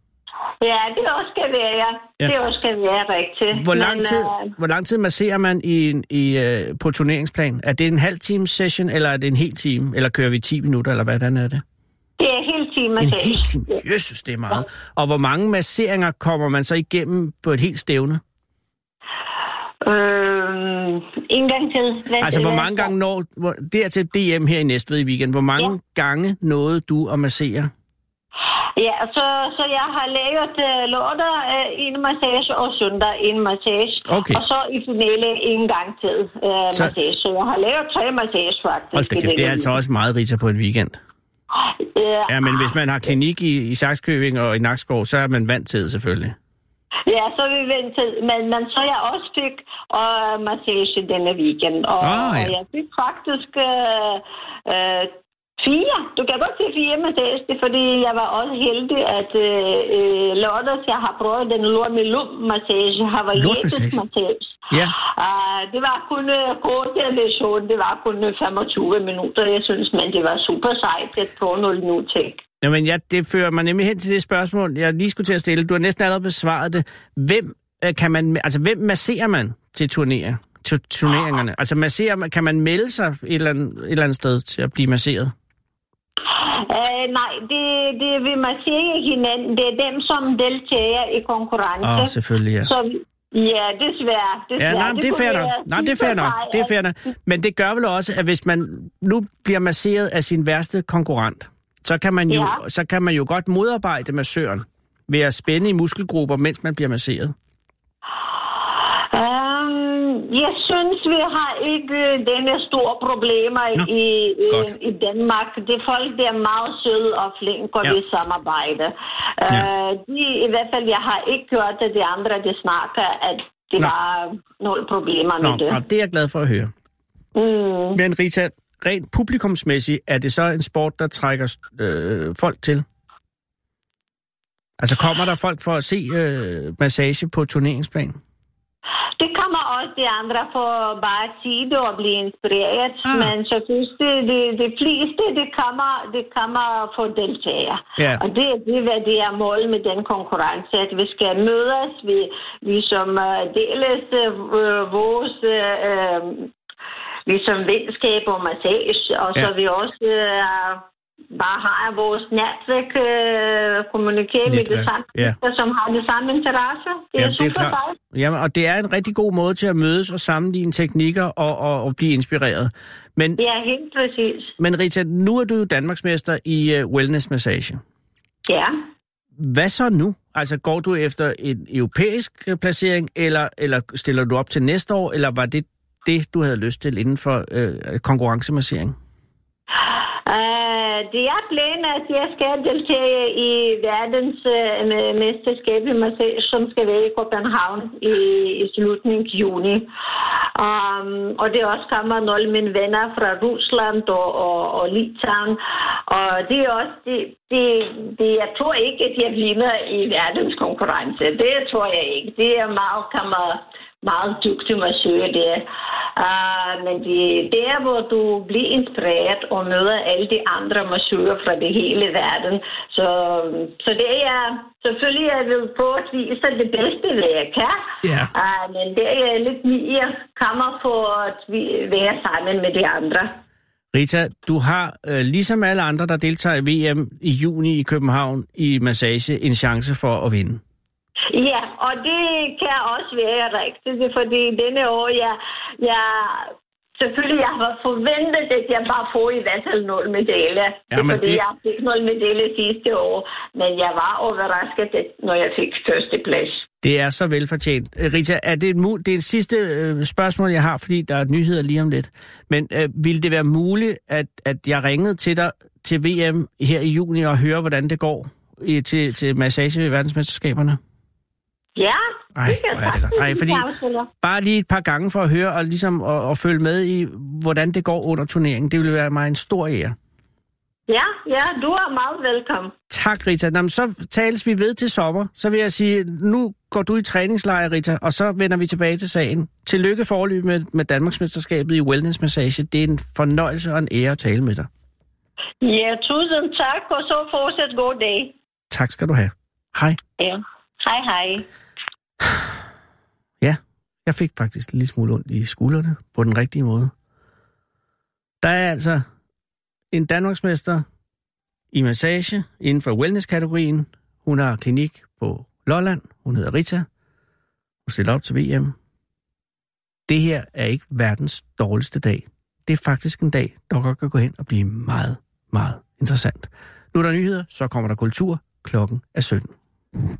Speaker 9: Ja, det også skal være, ja.
Speaker 4: Ja.
Speaker 9: Det også skal være rigtigt.
Speaker 4: Hvor lang
Speaker 9: Men,
Speaker 4: tid,
Speaker 9: øh,
Speaker 4: hvor lang tid masserer man i, en- i, øh, på turneringsplan? Er det en halv time session, eller er det en hel time? Eller kører vi 10 minutter, eller hvordan er det?
Speaker 9: det er hele timen.
Speaker 4: En
Speaker 9: dag.
Speaker 4: hel time? Jesus, det er meget. Og hvor mange masseringer kommer man så igennem på et helt stævne?
Speaker 9: Øhm, en gang til. Hvad-
Speaker 4: Altså, hvor
Speaker 9: hvad-
Speaker 4: mange gange når... Hvor, det er til DM her i Næstved i weekend. Hvor mange ja. gange nåede du at massere?
Speaker 9: Ja, så, så jeg har lavet øh, lørdag øh, en massage og søndag en massage.
Speaker 4: Okay.
Speaker 9: Og så i finale en gang til øh,
Speaker 4: Så-
Speaker 9: så... massage. Så jeg har lavet tre massage faktisk.
Speaker 4: Hold da
Speaker 9: i
Speaker 4: kæft, det er
Speaker 9: denne
Speaker 4: altså
Speaker 9: uge.
Speaker 4: også meget rita på en weekend.
Speaker 9: Ja,
Speaker 4: Ja, men hvis man har klinik i, i Saxkøbing og i Nakskov, så er man vant til det selvfølgelig.
Speaker 9: ja, så er vi ventet. Men, men så jeg også fik øh, massage denne weekend. Og,
Speaker 4: Ah, ja.
Speaker 9: og jeg fik faktisk øh, øh, fire. Du kan godt se fire massage, det er fordi jeg var også heldig, at øh, øh, lørdags jeg har prøvet den lormelum-massage, hawaiiansk
Speaker 4: Lortmassage?
Speaker 9: massage.
Speaker 4: Ja.
Speaker 9: Uh, det var kun øh, kort version, det var kun øh, 25 minutter, jeg synes, men det var super sejt at prøve noget nu til.
Speaker 4: Nå, men ja, det fører mig nemlig hen til det spørgsmål, jeg lige skulle til at stille. Du har næsten allerede besvaret det. Hvem, øh, kan man, altså, hvem masserer man til turneringer? Til turneringerne? Altså, masserer, man- kan man melde sig et eller, andet, et eller andet sted til at blive masseret?
Speaker 9: Uh, nej, det, det vil man sige ikke hinanden. Det er dem, som deltager i konkurrence.
Speaker 4: Åh, oh, selvfølgelig, ja.
Speaker 9: Så, ja, desværre. desværre.
Speaker 4: Ja, nej, men det er
Speaker 9: kunne
Speaker 4: fair
Speaker 9: være
Speaker 4: nok. Nej, det er fair
Speaker 9: super
Speaker 4: nok.
Speaker 9: sejt,
Speaker 4: Det er
Speaker 9: at-
Speaker 4: fair nok. Men det gør vel også, at hvis man nu bliver masseret af sin værste konkurrent, så kan man jo,
Speaker 9: Ja.
Speaker 4: så kan man jo godt modarbejde massøren ved at spænde i muskelgrupper, mens man bliver masseret.
Speaker 9: Øhm, jeg synes, vi har ikke øh, denne store problemer
Speaker 4: Nå,
Speaker 9: i, i,
Speaker 4: godt.
Speaker 9: i Danmark. Det er folk, der er meget søde og flinke, og
Speaker 4: Ja.
Speaker 9: ja. vi samarbejder.
Speaker 4: Ja.
Speaker 9: Øh, de, I hvert fald, jeg har ikke hørt, at de andre, de snakker, at det
Speaker 4: Nå.
Speaker 9: var nogle problemer med
Speaker 4: Nå,
Speaker 9: det.
Speaker 4: og det er jeg glad for at høre.
Speaker 9: Mm.
Speaker 4: Men Rita, rent publikumsmæssigt, er det så en sport, der trækker øh, folk til? Altså kommer der folk for at se øh, massage på turneringsplan?
Speaker 9: Det kommer også de andre for bare at sige det og blive inspireret,
Speaker 4: Ah.
Speaker 9: ah. men så synes det, det, det fleste, det kommer, det kommer for deltager.
Speaker 4: Ja.
Speaker 9: Og det, det er, hvad det er målet med den konkurrence, at vi skal mødes, vi ligesom uh, deles uh, vores uh, ligesom venskab og massage, og så
Speaker 4: Ja.
Speaker 9: vi også uh, bare har vores netværk, uh, kommunikere med de
Speaker 4: Netværk,
Speaker 9: samme,
Speaker 4: ja.
Speaker 9: mennesker, som har de samme interesser. Det er
Speaker 4: Jamen,
Speaker 9: super dejligt.
Speaker 4: Jamen, og det er en rigtig god måde til at mødes og sammenligne teknikker og, og, og blive inspireret. Men,
Speaker 9: Ja, helt præcis.
Speaker 4: men Rita, nu er du jo Danmarksmester i uh, wellnessmassage.
Speaker 9: Ja.
Speaker 4: Hvad så nu? Altså, går du efter en europæisk øh, placering, eller, eller stiller du op til næste år, eller var det det, du havde lyst til inden for øh, konkurrencemassering?
Speaker 9: Uh, det er planen, at jeg skal deltage i verdens uh, mesterskab i massage, som skal være i Copenhagen i, i slutningen af juni. Um, og det er også kommer nogle af mine venner fra Rusland og, og, og Litauen. Og det er også, det, det, det, jeg tror ikke, at jeg vinder i verdenskonkurrence. Det tror jeg ikke. Det er meget, kommer meget dygtig massør der. Uh, men det er der, hvor du bliver inspireret og møder alle de andre massører fra det hele verden. Så, så det er jeg selvfølgelig, jeg vil prøve at vise det bedste, hvad jeg kan.
Speaker 4: Ja.
Speaker 9: Uh, men det er jeg lidt mere kommer for at vi- være sammen med de andre.
Speaker 4: Rita, du har, øh, ligesom alle andre, der deltager i VM i juni i København i massage, en chance for at vinde.
Speaker 9: Ja, og det kan også være rigtigt, fordi denne år, jeg, jeg selvfølgelig, jeg har forventet, at jeg bare får i hvert fald nul medalje.
Speaker 4: Ja,
Speaker 9: Ja, det,
Speaker 4: men
Speaker 9: er fordi
Speaker 4: det-
Speaker 9: det... jeg fik nul medalje sidste år, men jeg var overrasket, at- når jeg fik førsteplads.
Speaker 4: Det er så velfortjent. Øh, Rita, er det, en mu- det er et sidste øh, spørgsmål, jeg har, fordi der er nyheder lige om lidt. Men øh, ville det være muligt, at, at jeg ringede til dig til VM her i juni og høre, hvordan det går i, til, til massage i verdensmesterskaberne?
Speaker 9: Ja,
Speaker 4: Ej,
Speaker 9: kan
Speaker 4: hvor er det
Speaker 9: sagtens,
Speaker 4: godt. Ej,
Speaker 9: vi
Speaker 4: fordi
Speaker 9: kan aftale.
Speaker 4: bare lige et par gange for at høre og ligesom og, og følge med i, hvordan det går under turneringen. Det ville være mig en stor ære.
Speaker 9: Ja, ja, du er meget velkommen.
Speaker 4: Tak, Rita. Nå, men så tales vi ved til sommer. Så vil jeg sige, nu går du i træningslejr, Rita, og så vender vi tilbage til sagen. Tillykke forløb med, med Danmarksmesterskabet i wellness massage. Det er en fornøjelse og en ære at tale med dig.
Speaker 9: Ja, tusind tak, og så fortsat god dag.
Speaker 4: Tak skal du have. Hej.
Speaker 9: Ja. Hej, hej.
Speaker 4: Ja, jeg fik faktisk en lille smule ondt i skuldrene på den rigtige måde. Der er altså en Danmarksmester i massage inden for wellness-kategorien. Hun har klinik på Lolland. Hun hedder Rita. Hun stiller op til VM. Det her er ikke verdens dårligste dag. Det er faktisk en dag, der godt kan gå hen og blive meget, meget interessant. Nu er der nyheder, så kommer der kultur. Klokken er 17.